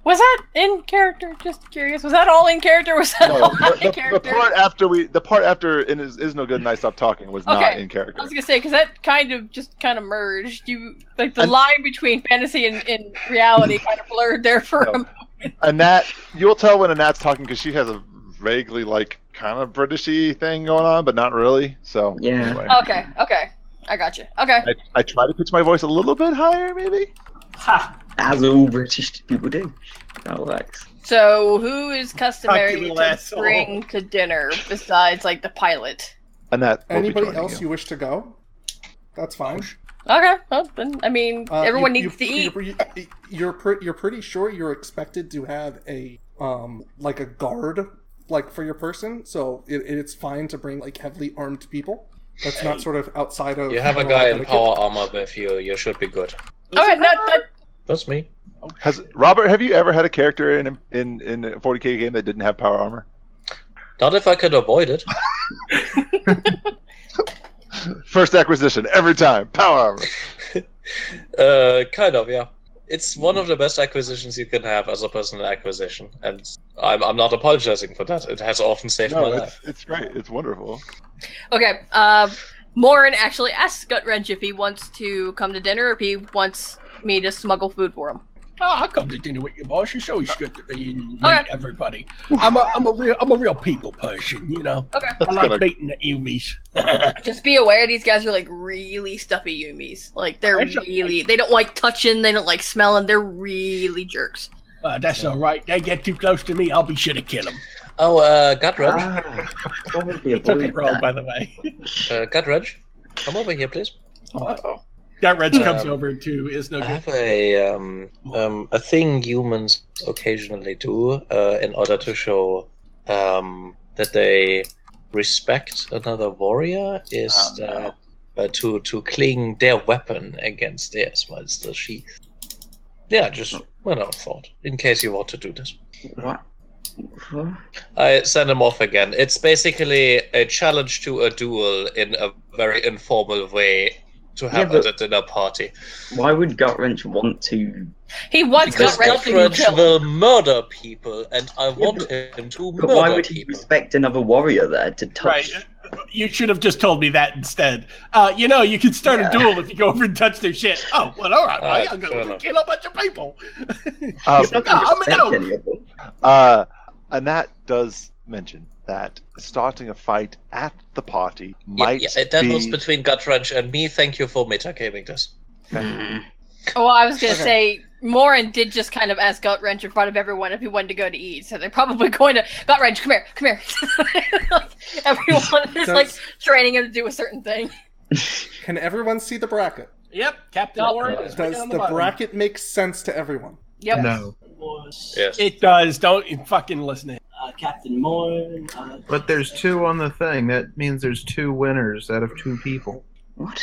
Speaker 5: Was that in character? Just curious. Was that all in character? Was that all
Speaker 3: the,
Speaker 5: not in
Speaker 3: the- the
Speaker 5: character?
Speaker 3: part after we, the part after in is, is no good and I stopped talking was not
Speaker 5: Okay.
Speaker 3: in
Speaker 5: I
Speaker 3: character.
Speaker 5: was gonna say because that kind of just kind of merged. You like the
Speaker 3: And-
Speaker 5: line between fantasy and, and
Speaker 3: <laughs>
Speaker 5: reality kind of blurred there for
Speaker 3: No.
Speaker 5: a moment.
Speaker 3: Annette, you'll tell when Annette's talking because she has a vaguely like kind of Britishy thing going on, but not really. So
Speaker 7: Yeah.
Speaker 3: anyway.
Speaker 5: Okay, okay, I got you. Okay,
Speaker 3: I, I try to pitch my voice a little bit higher, maybe.
Speaker 8: Ha!
Speaker 7: As all British people do. That works.
Speaker 5: so who is customary
Speaker 8: Fucking
Speaker 5: to
Speaker 8: asshole.
Speaker 5: bring to dinner besides like the pilot?
Speaker 3: Annette, will be
Speaker 4: Anybody
Speaker 3: joining
Speaker 4: else
Speaker 3: you.
Speaker 4: you wish to go? That's fine.
Speaker 5: Okay, well then I mean
Speaker 4: Uh,
Speaker 5: everyone
Speaker 4: you-
Speaker 5: needs
Speaker 4: you-
Speaker 5: to eat.
Speaker 4: You're, you- you're, pre- you're pretty sure you're expected to have a um like a guard like for your person, so it, it's fine to bring like heavily armed people. That's not sort of outside of
Speaker 6: You have a
Speaker 4: general
Speaker 6: guy in
Speaker 4: etiquette.
Speaker 6: power armor with you. You should be good.
Speaker 5: All right, not, not,
Speaker 6: That's me.
Speaker 3: Has Robert? Have you ever had a character in in in a 40k game that didn't have power armor?
Speaker 6: Not if I could avoid it.
Speaker 3: First acquisition every time. Power armor.
Speaker 6: Uh, kind of, yeah. It's one of the best acquisitions you can have as a personal acquisition, and I'm, I'm not apologizing for that. It has often saved my
Speaker 3: No,
Speaker 6: life.
Speaker 3: it's, it's great. It's <laughs> wonderful.
Speaker 5: Okay. Um, Morin actually asks Gut Wrench if he wants to come to dinner, if he wants me to smuggle food for him.
Speaker 2: Oh, I come to dinner with you, boss. You show he's good to me and meet
Speaker 5: Alright.
Speaker 2: everybody. I'm a, I'm a real, I'm a real people person, you know.
Speaker 5: Okay.
Speaker 2: I like
Speaker 14: Gonna-
Speaker 2: beating the enemies.
Speaker 5: <laughs> Just be aware these guys are like really stuffy Yumis. Like they're
Speaker 2: I don't-
Speaker 5: really they don't like touching, they don't like smelling, they're really jerks.
Speaker 2: Uh, that's all right. They get too close to me, I'll be sure to kill them.
Speaker 6: Oh, uh, Gudrun.
Speaker 7: Ah, probably
Speaker 2: <laughs> Took
Speaker 7: avoid
Speaker 2: it wrong,
Speaker 7: that.
Speaker 2: by the way.
Speaker 6: Uh, Gudrun, come over here, please.
Speaker 2: That Reg comes
Speaker 6: Um,
Speaker 2: over to is no
Speaker 6: I
Speaker 2: good.
Speaker 6: have a um, um, a thing humans occasionally do uh, in order to show um, that they respect another warrior is
Speaker 7: Oh, no.
Speaker 6: that, uh, to to cling their weapon against theirs while it's still sheathed. Yeah,
Speaker 7: Oh.
Speaker 6: just when I thought, in case you want to do this.
Speaker 7: What? Huh?
Speaker 6: I send him off again. It's basically a challenge to a duel in a very informal way to have
Speaker 7: Yeah, but-
Speaker 6: at a dinner party.
Speaker 7: Why would Gut Wrench want to?
Speaker 5: He wants
Speaker 6: Because
Speaker 5: Gut Wrench to be
Speaker 6: Guthridge
Speaker 5: killed.
Speaker 6: will murder people, and I want
Speaker 7: but-
Speaker 6: him to
Speaker 7: But why
Speaker 6: murder
Speaker 7: would he
Speaker 6: people.
Speaker 7: respect another warrior there to
Speaker 2: Right.
Speaker 7: touch?
Speaker 2: You should have just told me that instead. Uh, you know, you can start a duel if you go over and touch their shit. Oh, well, all right.
Speaker 6: Uh,
Speaker 2: well, I'm
Speaker 6: fair
Speaker 2: going to
Speaker 6: enough.
Speaker 2: kill a bunch of people.
Speaker 3: Um,
Speaker 7: He's not
Speaker 2: No,
Speaker 15: "Ah,
Speaker 7: gonna
Speaker 2: I'm
Speaker 7: respect
Speaker 2: out.
Speaker 7: any of them.
Speaker 3: Uh, and that does mention that starting a fight at the party
Speaker 6: Yeah,
Speaker 3: might
Speaker 6: yeah, that
Speaker 3: be
Speaker 6: was between Gutrunch and me. Thank you for metagaming this.
Speaker 5: Well, Oh, I was gonna say Morin did just kind of ask Gut Wrench in front of everyone if he wanted to go to eat, so they're probably <laughs> going to Gut Wrench, come here, come here. <laughs> Like, everyone is like
Speaker 4: Does-
Speaker 5: training him to do a certain thing.
Speaker 4: Can everyone see the bracket?
Speaker 2: Yep, Captain
Speaker 6: Not
Speaker 2: Warren
Speaker 6: bad.
Speaker 2: is right
Speaker 4: Does
Speaker 2: down
Speaker 4: the
Speaker 2: bottom.
Speaker 4: bracket make sense to everyone? <laughs>
Speaker 5: Yep. <laughs>
Speaker 16: No.
Speaker 6: Yes.
Speaker 2: It does. Don't fucking listen to him.
Speaker 15: <laughs> Uh, Captain Moore. Uh,
Speaker 17: But there's two on the thing. That means there's two winners out of two people.
Speaker 7: What?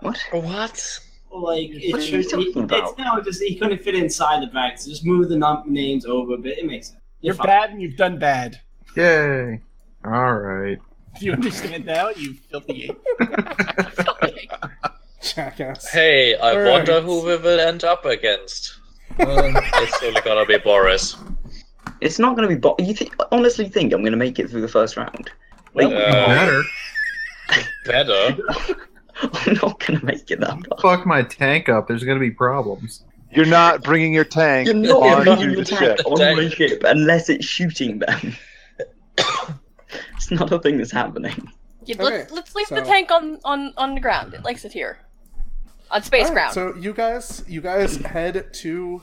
Speaker 7: What?
Speaker 6: What?
Speaker 15: like it,
Speaker 7: What are you
Speaker 15: it-
Speaker 7: talking
Speaker 15: it's
Speaker 7: about?
Speaker 15: no, just he couldn't fit inside the bracket. So just move the num- names over, but it makes sense.
Speaker 2: You're
Speaker 15: fine.
Speaker 2: bad and you've done bad.
Speaker 17: Yay! All right.
Speaker 2: Do you understand now, you filthy ape?
Speaker 4: Jackass.
Speaker 6: Hey, I
Speaker 4: Alright.
Speaker 6: wonder who we will end up against. <laughs> it's only gonna be Boris.
Speaker 7: It's not going to be. Bo- you thi- honestly think I'm going to make it through the first round? Like,
Speaker 6: Uh,
Speaker 17: Better.
Speaker 6: better.
Speaker 7: <laughs> I'm not going to make it that far.
Speaker 17: Fuck my tank up. There's gonna be problems.
Speaker 3: You're not bringing your tank
Speaker 7: You're
Speaker 3: on
Speaker 7: not
Speaker 6: gonna
Speaker 3: to
Speaker 7: bringing
Speaker 3: the
Speaker 7: the
Speaker 3: ship.
Speaker 7: tank on my
Speaker 6: Dang.
Speaker 7: ship unless it's shooting them. it's not a thing that's happening.
Speaker 5: Yeah,
Speaker 4: Okay,
Speaker 5: let's, let's leave the
Speaker 4: so-
Speaker 5: tank on, on, on the ground. It likes it here. On
Speaker 4: All
Speaker 5: space
Speaker 4: right,
Speaker 5: ground.
Speaker 4: So you guys, you guys head to,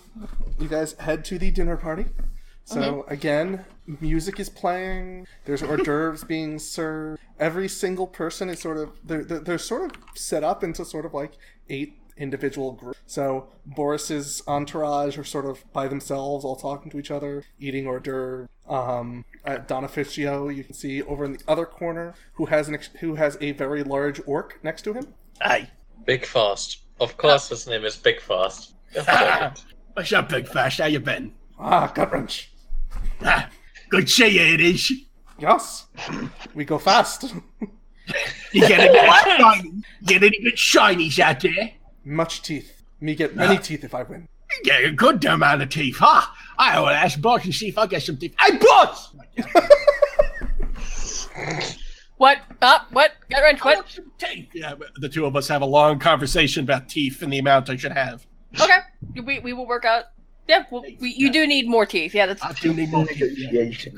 Speaker 4: you guys head to the dinner party. So
Speaker 5: Mm-hmm.
Speaker 4: again, music is playing. There's hors d'oeuvres <laughs> being served. Every single person is sort of they're, they're they're sort of set up into sort of like eight individual groups. So Boris's entourage are sort of by themselves, all talking to each other, eating hors d'oeuvres. Um, at Donaficio, you can see over in the other corner who has an ex- who has a very large orc next to him.
Speaker 2: Hey,
Speaker 6: Big Fast. Of course, his name is Big <laughs> Fast. Of course.
Speaker 2: what's up, Big Fast? How you been?
Speaker 4: Ah, gut wrench.
Speaker 2: Ah, good to see you, it is.
Speaker 4: Yes. We go fast.
Speaker 2: You get any good shiny? Get any good shinies out there?
Speaker 4: Much teeth. Me get many
Speaker 7: Ah.
Speaker 4: teeth if I win.
Speaker 2: You get a good amount of teeth, huh? I will ask Boss and see if I get some teeth. Hey, Boss!
Speaker 5: what? Ah, what? Gut Wrench,
Speaker 2: I
Speaker 5: what?
Speaker 2: want some teeth. Yeah, but the two of us have a long conversation about teeth and the amount I should have.
Speaker 5: Okay. We, we will work out. Yeah, well, we, you do need more teeth. Yeah, that's
Speaker 2: I do need more teeth. yeah.
Speaker 7: Negotiation.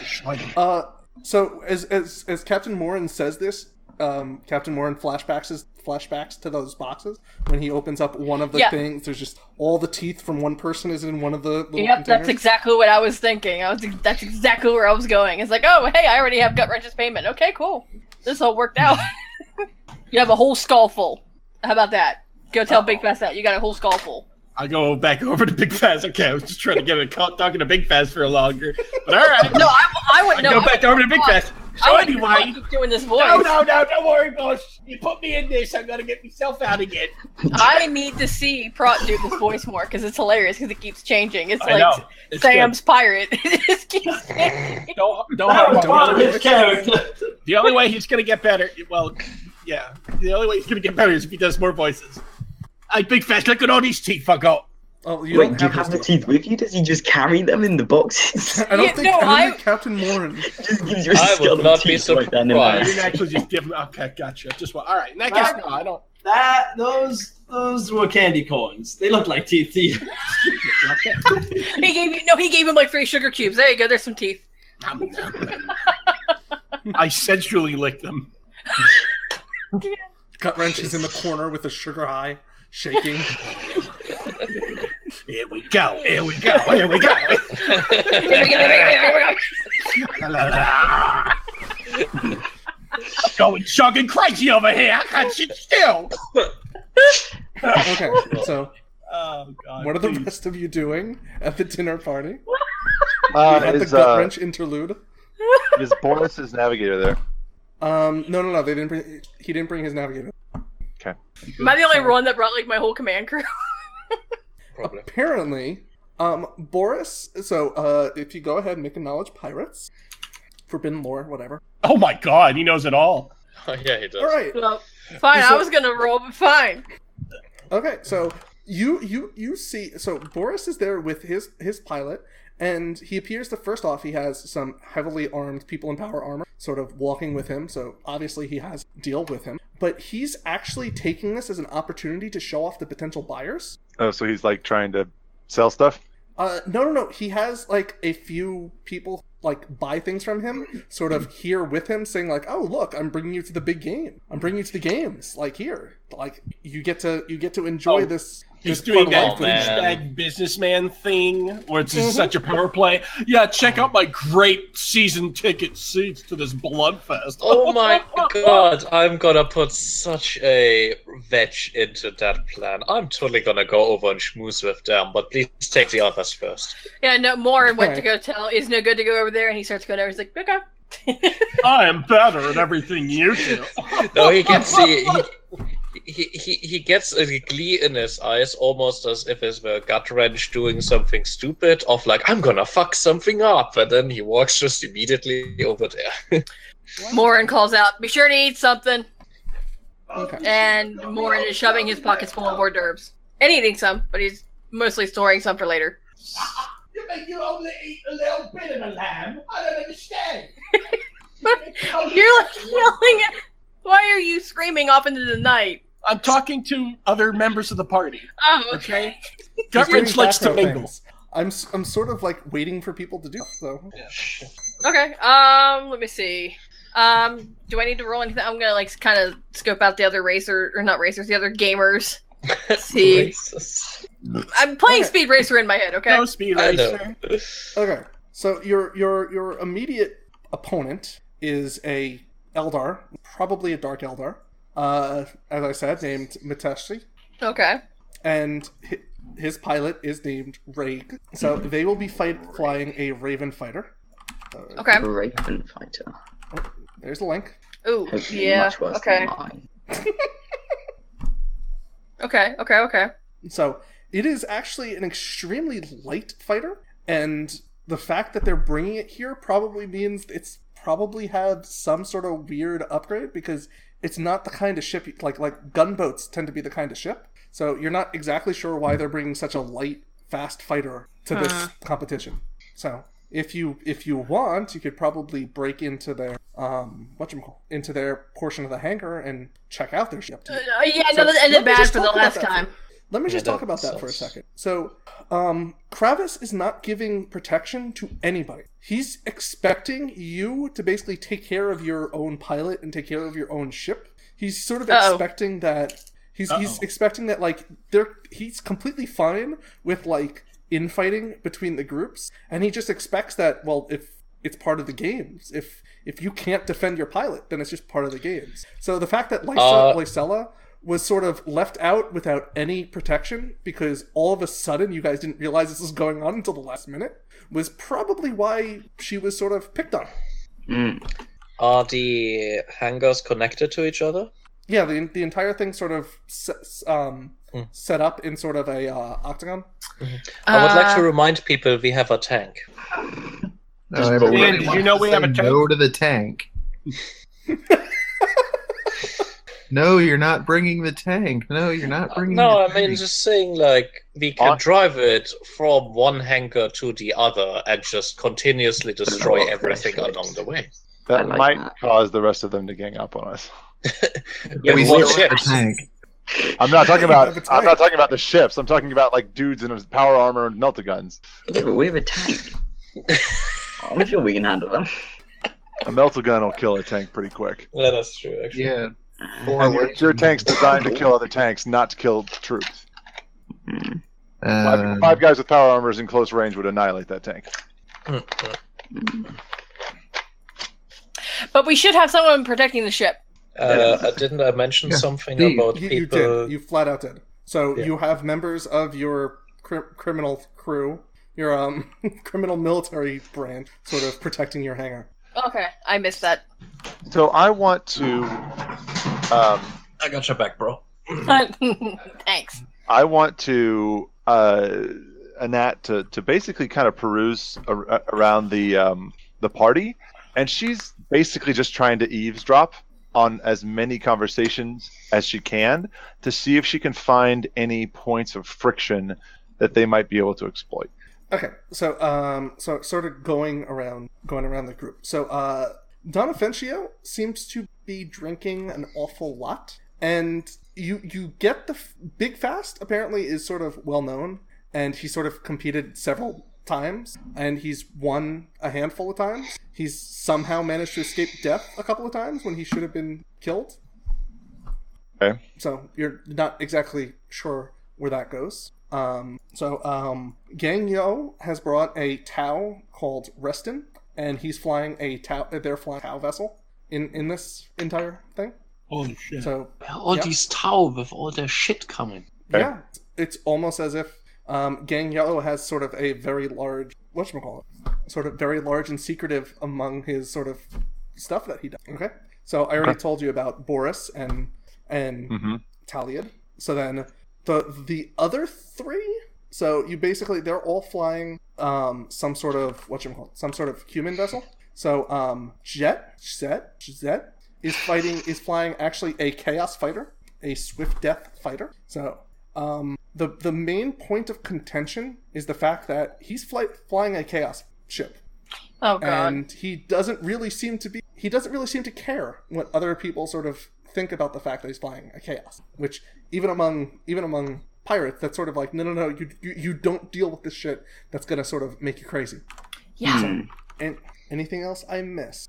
Speaker 6: <laughs>
Speaker 4: Okay. Uh, so as as as Captain Morin says this, um, Captain Morin flashbacks his flashbacks to those boxes when he opens up one of the
Speaker 5: Yeah.
Speaker 4: things. There's just all the teeth from one person is in one of the little
Speaker 5: Yep,
Speaker 4: containers.
Speaker 5: that's exactly what I was thinking. I was that's exactly where I was going. It's like, oh hey, I already have gut wrench's payment. Okay, cool. This all
Speaker 2: <laughs>
Speaker 5: worked out. you have a whole skull full. How about that? Go tell Big Fast that you got a whole skull full.
Speaker 2: I go back over to Big Fast. Okay, I was just trying to get a call, talking to Big Fast for longer. But all right.
Speaker 5: No, I, I
Speaker 2: I
Speaker 5: wouldn't know.
Speaker 2: go back over to Big Fast. So
Speaker 5: I wouldn't know
Speaker 2: anyway,
Speaker 5: keep doing this voice.
Speaker 2: no, no, no, don't worry, boss. You put me in this. I'm gonna get myself out again.
Speaker 5: I need to see Prot do this voice more because it's hilarious because it keeps changing. It's
Speaker 2: I
Speaker 5: like
Speaker 2: know. It's
Speaker 5: Sam's pirate. <laughs> it just keeps changing.
Speaker 2: good. Don't, don't
Speaker 15: That
Speaker 2: harm
Speaker 15: was
Speaker 2: him.
Speaker 15: part of his character.
Speaker 2: The only way he's gonna get better, well, yeah, the only way he's gonna get better is if he does more voices. Hey, Big Fast, look at all these teeth I got.
Speaker 4: Oh, you
Speaker 7: Wait,
Speaker 4: don't
Speaker 7: do you
Speaker 4: have,
Speaker 7: have the
Speaker 4: those <laughs>
Speaker 7: teeth with you? Does he just carry them in the boxes?
Speaker 4: I don't
Speaker 5: Yeah,
Speaker 4: think
Speaker 5: no,
Speaker 4: I don't
Speaker 5: I-
Speaker 4: think Captain Morin.
Speaker 7: just gives you a
Speaker 6: I would
Speaker 7: skull and
Speaker 6: not be
Speaker 7: teeth right then and
Speaker 2: I
Speaker 7: there.
Speaker 6: surprised.
Speaker 2: didn't actually just give him. Okay, gotcha. Just one. All right. In that case, no, I don't.
Speaker 13: That those those were candy corns. They look like teeth. to you.
Speaker 5: He gave you no. He gave him like three sugar cubes. There you go. There's some teeth.
Speaker 8: I sensually licked them.
Speaker 4: Gut wrench is in the corner with a sugar high,
Speaker 7: <laughs>
Speaker 4: shaking.
Speaker 8: Here we go. Here we go. Here we go. <laughs> Going chugging crazy over here. I can't sit still.
Speaker 4: okay, so
Speaker 8: Oh, God.
Speaker 4: what are the
Speaker 8: please.
Speaker 4: rest of you doing at the dinner party?
Speaker 3: Uh,
Speaker 4: We had the
Speaker 3: is,
Speaker 4: gut
Speaker 3: uh,
Speaker 4: wrench interlude.
Speaker 3: Is Borlas's navigator there?
Speaker 4: Um, no, no, no. They didn't. Bring, he didn't bring his navigator.
Speaker 3: Okay.
Speaker 5: Am I the only one that brought like my whole command crew? <laughs>
Speaker 4: Apparently, um, Boris. So, uh, if you go ahead and make a knowledge pirates, forbidden lore, whatever.
Speaker 8: Oh my God, he knows it all.
Speaker 6: Oh, yeah, he does.
Speaker 4: All right.
Speaker 5: Well, fine. I
Speaker 4: So-
Speaker 5: was gonna roll, but fine.
Speaker 4: Okay, so you you you see so Boris is there with his his pilot and he appears to first off he has some heavily armed people in power armor sort of walking with him so obviously he has deal with him but he's actually taking this as an opportunity to show off the potential buyers
Speaker 3: Oh, so he's like trying to sell stuff.
Speaker 4: uh, no, no, no. He has like a few people like buy things from him, sort of here with him, saying like, "Oh, look, I'm bringing you to the big game. I'm bringing you to the games. Like here, like you get to you get to enjoy
Speaker 8: Oh,
Speaker 4: this."
Speaker 8: He's
Speaker 4: this
Speaker 8: doing
Speaker 4: fun
Speaker 8: that
Speaker 4: life with me."
Speaker 8: douchebag businessman thing where it's
Speaker 6: Mm-hmm.
Speaker 8: just
Speaker 4: Mhm.
Speaker 8: such a power play. Yeah, check out my great season ticket seats to this bloodfest.
Speaker 2: <laughs>
Speaker 6: Oh my god, I'm gonna put such a veg into that plan. I'm totally gonna go over and schmooze with them, but please take the others first.
Speaker 5: Yeah, no. More went to
Speaker 4: Right.
Speaker 5: go tell is no good to go over there, and he starts going over. He's like, okay.
Speaker 8: <laughs>
Speaker 5: <laughs>
Speaker 8: I am better at everything you do.
Speaker 6: No, he gets the he, he, he, he gets a glee in his eyes, almost as if it were gut wrench doing something stupid, of like, I'm gonna fuck something up, and then he walks just immediately over there. <laughs>
Speaker 5: Morin calls out, "Be sure to eat something."
Speaker 4: Okay.
Speaker 5: And Morin is shoving his pockets full of hors d'oeuvres and eating some, but he's mostly storing some for later. <laughs>
Speaker 8: You make you only eat a little bit of a lamb. I don't understand.
Speaker 5: You're like yelling. At, why are you screaming off into the night?
Speaker 8: I'm talking to other members of the party.
Speaker 5: Oh, okay.
Speaker 8: Okay. Gut
Speaker 4: He's doing
Speaker 8: wrench likes to
Speaker 4: background
Speaker 8: mingle.
Speaker 4: things. I'm s- I'm sort of like waiting for people to do so.
Speaker 5: Okay. Um, let me see. Um, do I need to roll anything? I'm gonna like kind of scope out the other racer or not racers, the other gamers. See,
Speaker 6: Jesus.
Speaker 5: I'm playing
Speaker 4: Okay.
Speaker 5: Speed Racer in my head. Okay.
Speaker 8: No speed
Speaker 6: I
Speaker 8: racer.
Speaker 6: know.
Speaker 4: Okay, so your your your immediate opponent is a Eldar, probably a Dark Eldar. Uh, as I said, named Mateshi.
Speaker 5: Okay.
Speaker 4: and hi- his pilot is named Raig. So they will be fight- flying a Raven fighter.
Speaker 5: Okay.
Speaker 7: Raven fighter.
Speaker 4: There's the link.
Speaker 5: Ooh.
Speaker 7: Hopefully
Speaker 5: Yeah.
Speaker 7: much worse
Speaker 5: Okay.
Speaker 7: than mine.
Speaker 5: Okay. Okay. Okay.
Speaker 4: So it is actually an extremely light fighter, and the fact that they're bringing it here probably means it's probably had some sort of weird upgrade because it's not the kind of ship you- like like gunboats tend to be the kind of ship. So you're not exactly sure why they're bringing such a light, fast fighter to this
Speaker 5: Huh.
Speaker 4: competition. So if you if you want, you could probably break into their um what into their portion of the hangar and check out their ship.
Speaker 5: Uh, yeah.
Speaker 4: So,
Speaker 5: No, that
Speaker 4: let
Speaker 5: ended
Speaker 4: me
Speaker 5: bad
Speaker 4: just
Speaker 5: for the
Speaker 4: talk about
Speaker 5: last
Speaker 4: that for-
Speaker 5: time.
Speaker 4: Let me just
Speaker 6: Yeah,
Speaker 4: talk
Speaker 6: that
Speaker 4: about that for a
Speaker 6: sucks.
Speaker 4: second. So, um, Kravis is not giving protection to anybody. He's expecting you to basically take care of your own pilot and take care of your own ship. He's sort of
Speaker 5: Uh-oh.
Speaker 4: expecting that. He's he's
Speaker 8: Uh-oh.
Speaker 4: expecting that like they're he's completely fine with like infighting between the groups, and he just expects that well if it's part of the games if if you can't defend your pilot then it's just part of the games so the fact that Lysa,
Speaker 6: Uh,
Speaker 4: Lysella was sort of left out without any protection because all of a sudden you guys didn't realize this was going on until the last minute was probably why she was sort of picked on.
Speaker 7: Mm.
Speaker 6: Are the hangars connected to each other?
Speaker 4: Yeah, the, the entire thing sort of se- um,
Speaker 6: Hmm.
Speaker 4: set up in sort of a uh, octagon.
Speaker 6: I would like to
Speaker 5: Uh,
Speaker 6: remind people we have a tank.
Speaker 18: No, everybody
Speaker 8: Dan, did
Speaker 18: wants
Speaker 8: you know
Speaker 18: to
Speaker 8: we have
Speaker 18: say
Speaker 8: a tank?
Speaker 18: No to the tank.
Speaker 6: <laughs>
Speaker 18: no, you're not bringing the tank. No, you're not bringing.
Speaker 6: Uh, No,
Speaker 18: the
Speaker 6: I mean
Speaker 18: tank.
Speaker 6: just saying like we can
Speaker 3: Huh?
Speaker 6: drive it from one hangar to the other and just continuously destroy
Speaker 7: Lower
Speaker 6: everything
Speaker 7: thresholds.
Speaker 6: along the way.
Speaker 7: I
Speaker 3: That
Speaker 7: like
Speaker 3: might
Speaker 7: that.
Speaker 3: cause the rest of them to gang up on us.
Speaker 18: we
Speaker 6: Yeah, we
Speaker 18: still
Speaker 6: ships.
Speaker 18: have a tank.
Speaker 3: I'm not talking
Speaker 4: Have a
Speaker 3: about.
Speaker 4: tank.
Speaker 3: I'm not talking about the ships. I'm talking about like dudes in power armor and melta guns.
Speaker 7: Yeah, but we have a tank. I'm sure we can handle them.
Speaker 3: A melta gun will kill a tank pretty quick.
Speaker 6: Yeah, that's true. Actually.
Speaker 18: Yeah.
Speaker 7: Hmm.
Speaker 3: And your, your tank's designed to kill other tanks, not to kill troops. Five, five guys with power armors in close range would annihilate that tank.
Speaker 8: Mm,
Speaker 6: Uh,
Speaker 5: But we should have someone protecting the ship.
Speaker 6: Uh, uh, didn't I mention
Speaker 4: Yeah.
Speaker 6: something
Speaker 4: Steve,
Speaker 6: about
Speaker 4: you, you
Speaker 6: people?
Speaker 4: did. You flat out did. So you have members of your cri- criminal crew, your um <laughs> criminal military branch, sort of protecting your hangar.
Speaker 5: Okay, I missed that. <laughs>
Speaker 3: So I want to. Um,
Speaker 6: I got your back, bro.
Speaker 5: Thanks.
Speaker 3: I want to uh, Anat to, to basically kind of peruse ar- uh, around the um, the party, and she's basically just trying to eavesdrop on as many conversations as she can to see if she can find any points of friction that they might be able to exploit.
Speaker 4: Okay, so um, so sort of going around, going around the group. So uh, Donna Fencio seems to be drinking an awful lot, and you you get the f- big fast. Apparently, is sort of well known, and he sort of competed several times, and he's won a handful of times. He's somehow managed to escape death a couple of times when he should have been killed.
Speaker 3: Okay.
Speaker 4: So you're not exactly sure where that goes. Um, so um, Gang Yo has brought a Tau called Reston, and he's flying a Tau. uh, They're flying a Tau vessel in in this entire thing.
Speaker 8: Holy shit!
Speaker 4: So
Speaker 8: all
Speaker 4: yeah.
Speaker 8: these towel with all their shit coming.
Speaker 4: Yeah, it's almost as if um, Gang Yo has sort of a very large whatchamacallit, sort of very large and secretive among his sort of stuff that he does. Okay, so I already
Speaker 3: Okay.
Speaker 4: told you about Boris and and
Speaker 3: Mhm.
Speaker 4: Taliad. So then the the other three. So you basically they're all flying um, some sort of what some sort of human vessel. So um, Jet Jet Jet is fighting is flying actually a chaos fighter, a swift death fighter. So um, the the main point of contention is the fact that he's flight, flying a chaos ship
Speaker 5: Oh god.
Speaker 4: and he doesn't really seem to be he doesn't really seem to care what other people sort of think about the fact that he's flying a chaos which even among even among pirates that's sort of like no no no you you, you don't deal with this shit that's gonna sort of make you crazy
Speaker 5: Yeah.
Speaker 7: Hmm.
Speaker 4: and anything else i miss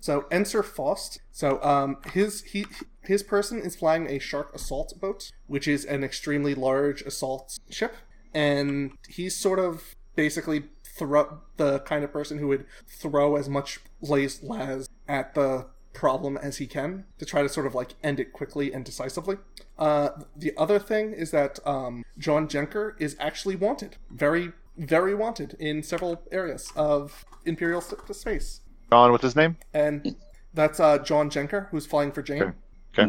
Speaker 4: so enser faust so um his he his person is flying a shark assault boat which is an extremely large assault ship and he's sort of basically throw the kind of person who would throw as much lace las at the problem as he can to try to sort of like end it quickly and decisively. Uh, the other thing is that um, John Jenker is actually wanted, very very wanted in several areas of Imperial s- space,
Speaker 3: John, what's his name?
Speaker 4: and that's uh, John Jenker who's flying for Jane.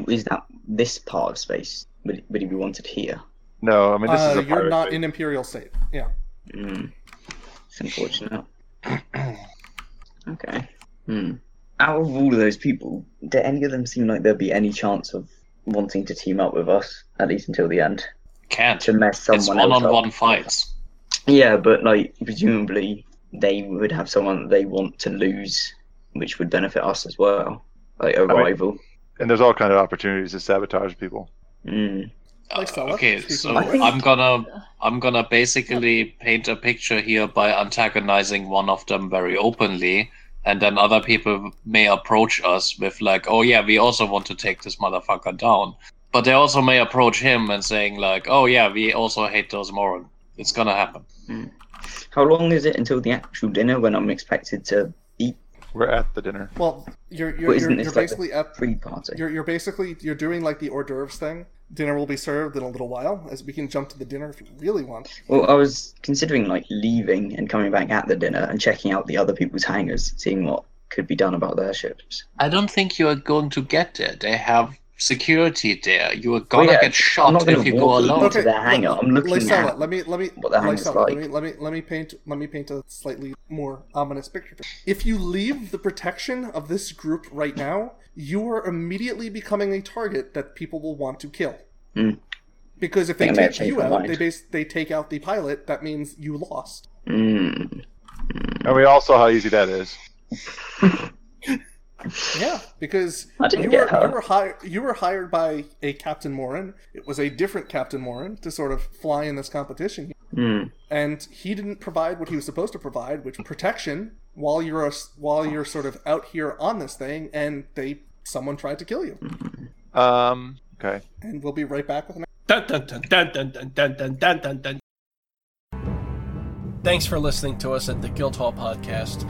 Speaker 7: Is that this part of space? Would, would he be wanted here?
Speaker 3: No, I mean this
Speaker 4: uh,
Speaker 3: is a
Speaker 4: you're
Speaker 3: pirate
Speaker 4: not
Speaker 3: thing.
Speaker 4: in Imperial state. Yeah.
Speaker 7: Mm. It's unfortunate. okay. Hmm. Out of all of those people, do any of them seem like there'd be any chance of wanting to team up with us, at least until the end?
Speaker 6: Can't.
Speaker 7: To mess someone
Speaker 6: It's
Speaker 7: else up.
Speaker 6: one-on-one fights.
Speaker 7: Yeah, but like presumably they would have someone that they want to lose, which would benefit us as well, like a
Speaker 3: mean-
Speaker 7: rival.
Speaker 3: and there's all kind of opportunities to sabotage people.
Speaker 7: Mm.
Speaker 4: Like Stella,
Speaker 6: Uh, Okay,
Speaker 4: speaking
Speaker 6: so
Speaker 4: of which.
Speaker 6: I'm gonna I'm gonna basically paint a picture here by antagonizing one of them very openly, and then other people may approach us with like, "Oh yeah, we also want to take this motherfucker down," but they also may approach him and saying like, "Oh yeah, we also hate those moron." It's gonna happen.
Speaker 7: How long is it until the actual dinner when I'm expected to eat?
Speaker 3: We're at the dinner.
Speaker 4: Well, you're you're,
Speaker 7: Well,
Speaker 4: you're,
Speaker 7: isn't
Speaker 4: you're
Speaker 7: this like
Speaker 4: basically
Speaker 7: the
Speaker 4: at
Speaker 7: pre-party?
Speaker 4: You're, you're basically you're doing like the hors d'oeuvres thing. Dinner will be served in a little while, as we can jump to the dinner if you really want.
Speaker 7: Well, I was considering like leaving and coming back at the dinner and checking out the other people's hangars, seeing what could be done about their ships.
Speaker 6: I don't think you are going to get there. They have security there. You are gonna
Speaker 7: Well, Oh, yeah,
Speaker 6: get
Speaker 7: I'm
Speaker 6: shot
Speaker 7: not gonna
Speaker 6: if you go
Speaker 7: walk
Speaker 6: alone.
Speaker 7: into Oh, the hangar. I'm looking
Speaker 4: Lysella,
Speaker 7: at
Speaker 4: let me let me
Speaker 7: what the hangar's
Speaker 4: Lysella,
Speaker 7: like.
Speaker 4: let me let me let me paint let me paint a slightly more ominous picture. If you leave the protection of this group right now, you are immediately becoming a target that people will want to kill.
Speaker 7: Hmm.
Speaker 4: Because if they
Speaker 7: Think I may have
Speaker 4: take
Speaker 7: changed
Speaker 4: you
Speaker 7: my
Speaker 4: out,
Speaker 7: mind.
Speaker 4: they base they take out the pilot. That means you lost.
Speaker 7: Mm. Hmm.
Speaker 3: And we all saw how easy that is.
Speaker 4: Yeah, because
Speaker 7: I didn't
Speaker 4: you
Speaker 7: get
Speaker 4: were,
Speaker 7: her.
Speaker 4: you were hired you were hired by a Captain Morin. It was a different Captain Morin to sort of fly in this competition.
Speaker 7: Hmm.
Speaker 4: and he didn't provide what he was supposed to provide, which protection while you're a, while you're sort of out here on this thing, and they someone tried to kill you.
Speaker 3: Um. Okay.
Speaker 4: And we'll be right back with an.
Speaker 2: Dun, dun, dun, dun, dun, dun, dun, dun, dun, dun, dun. Thanks for listening to us at the Guildhall Podcast.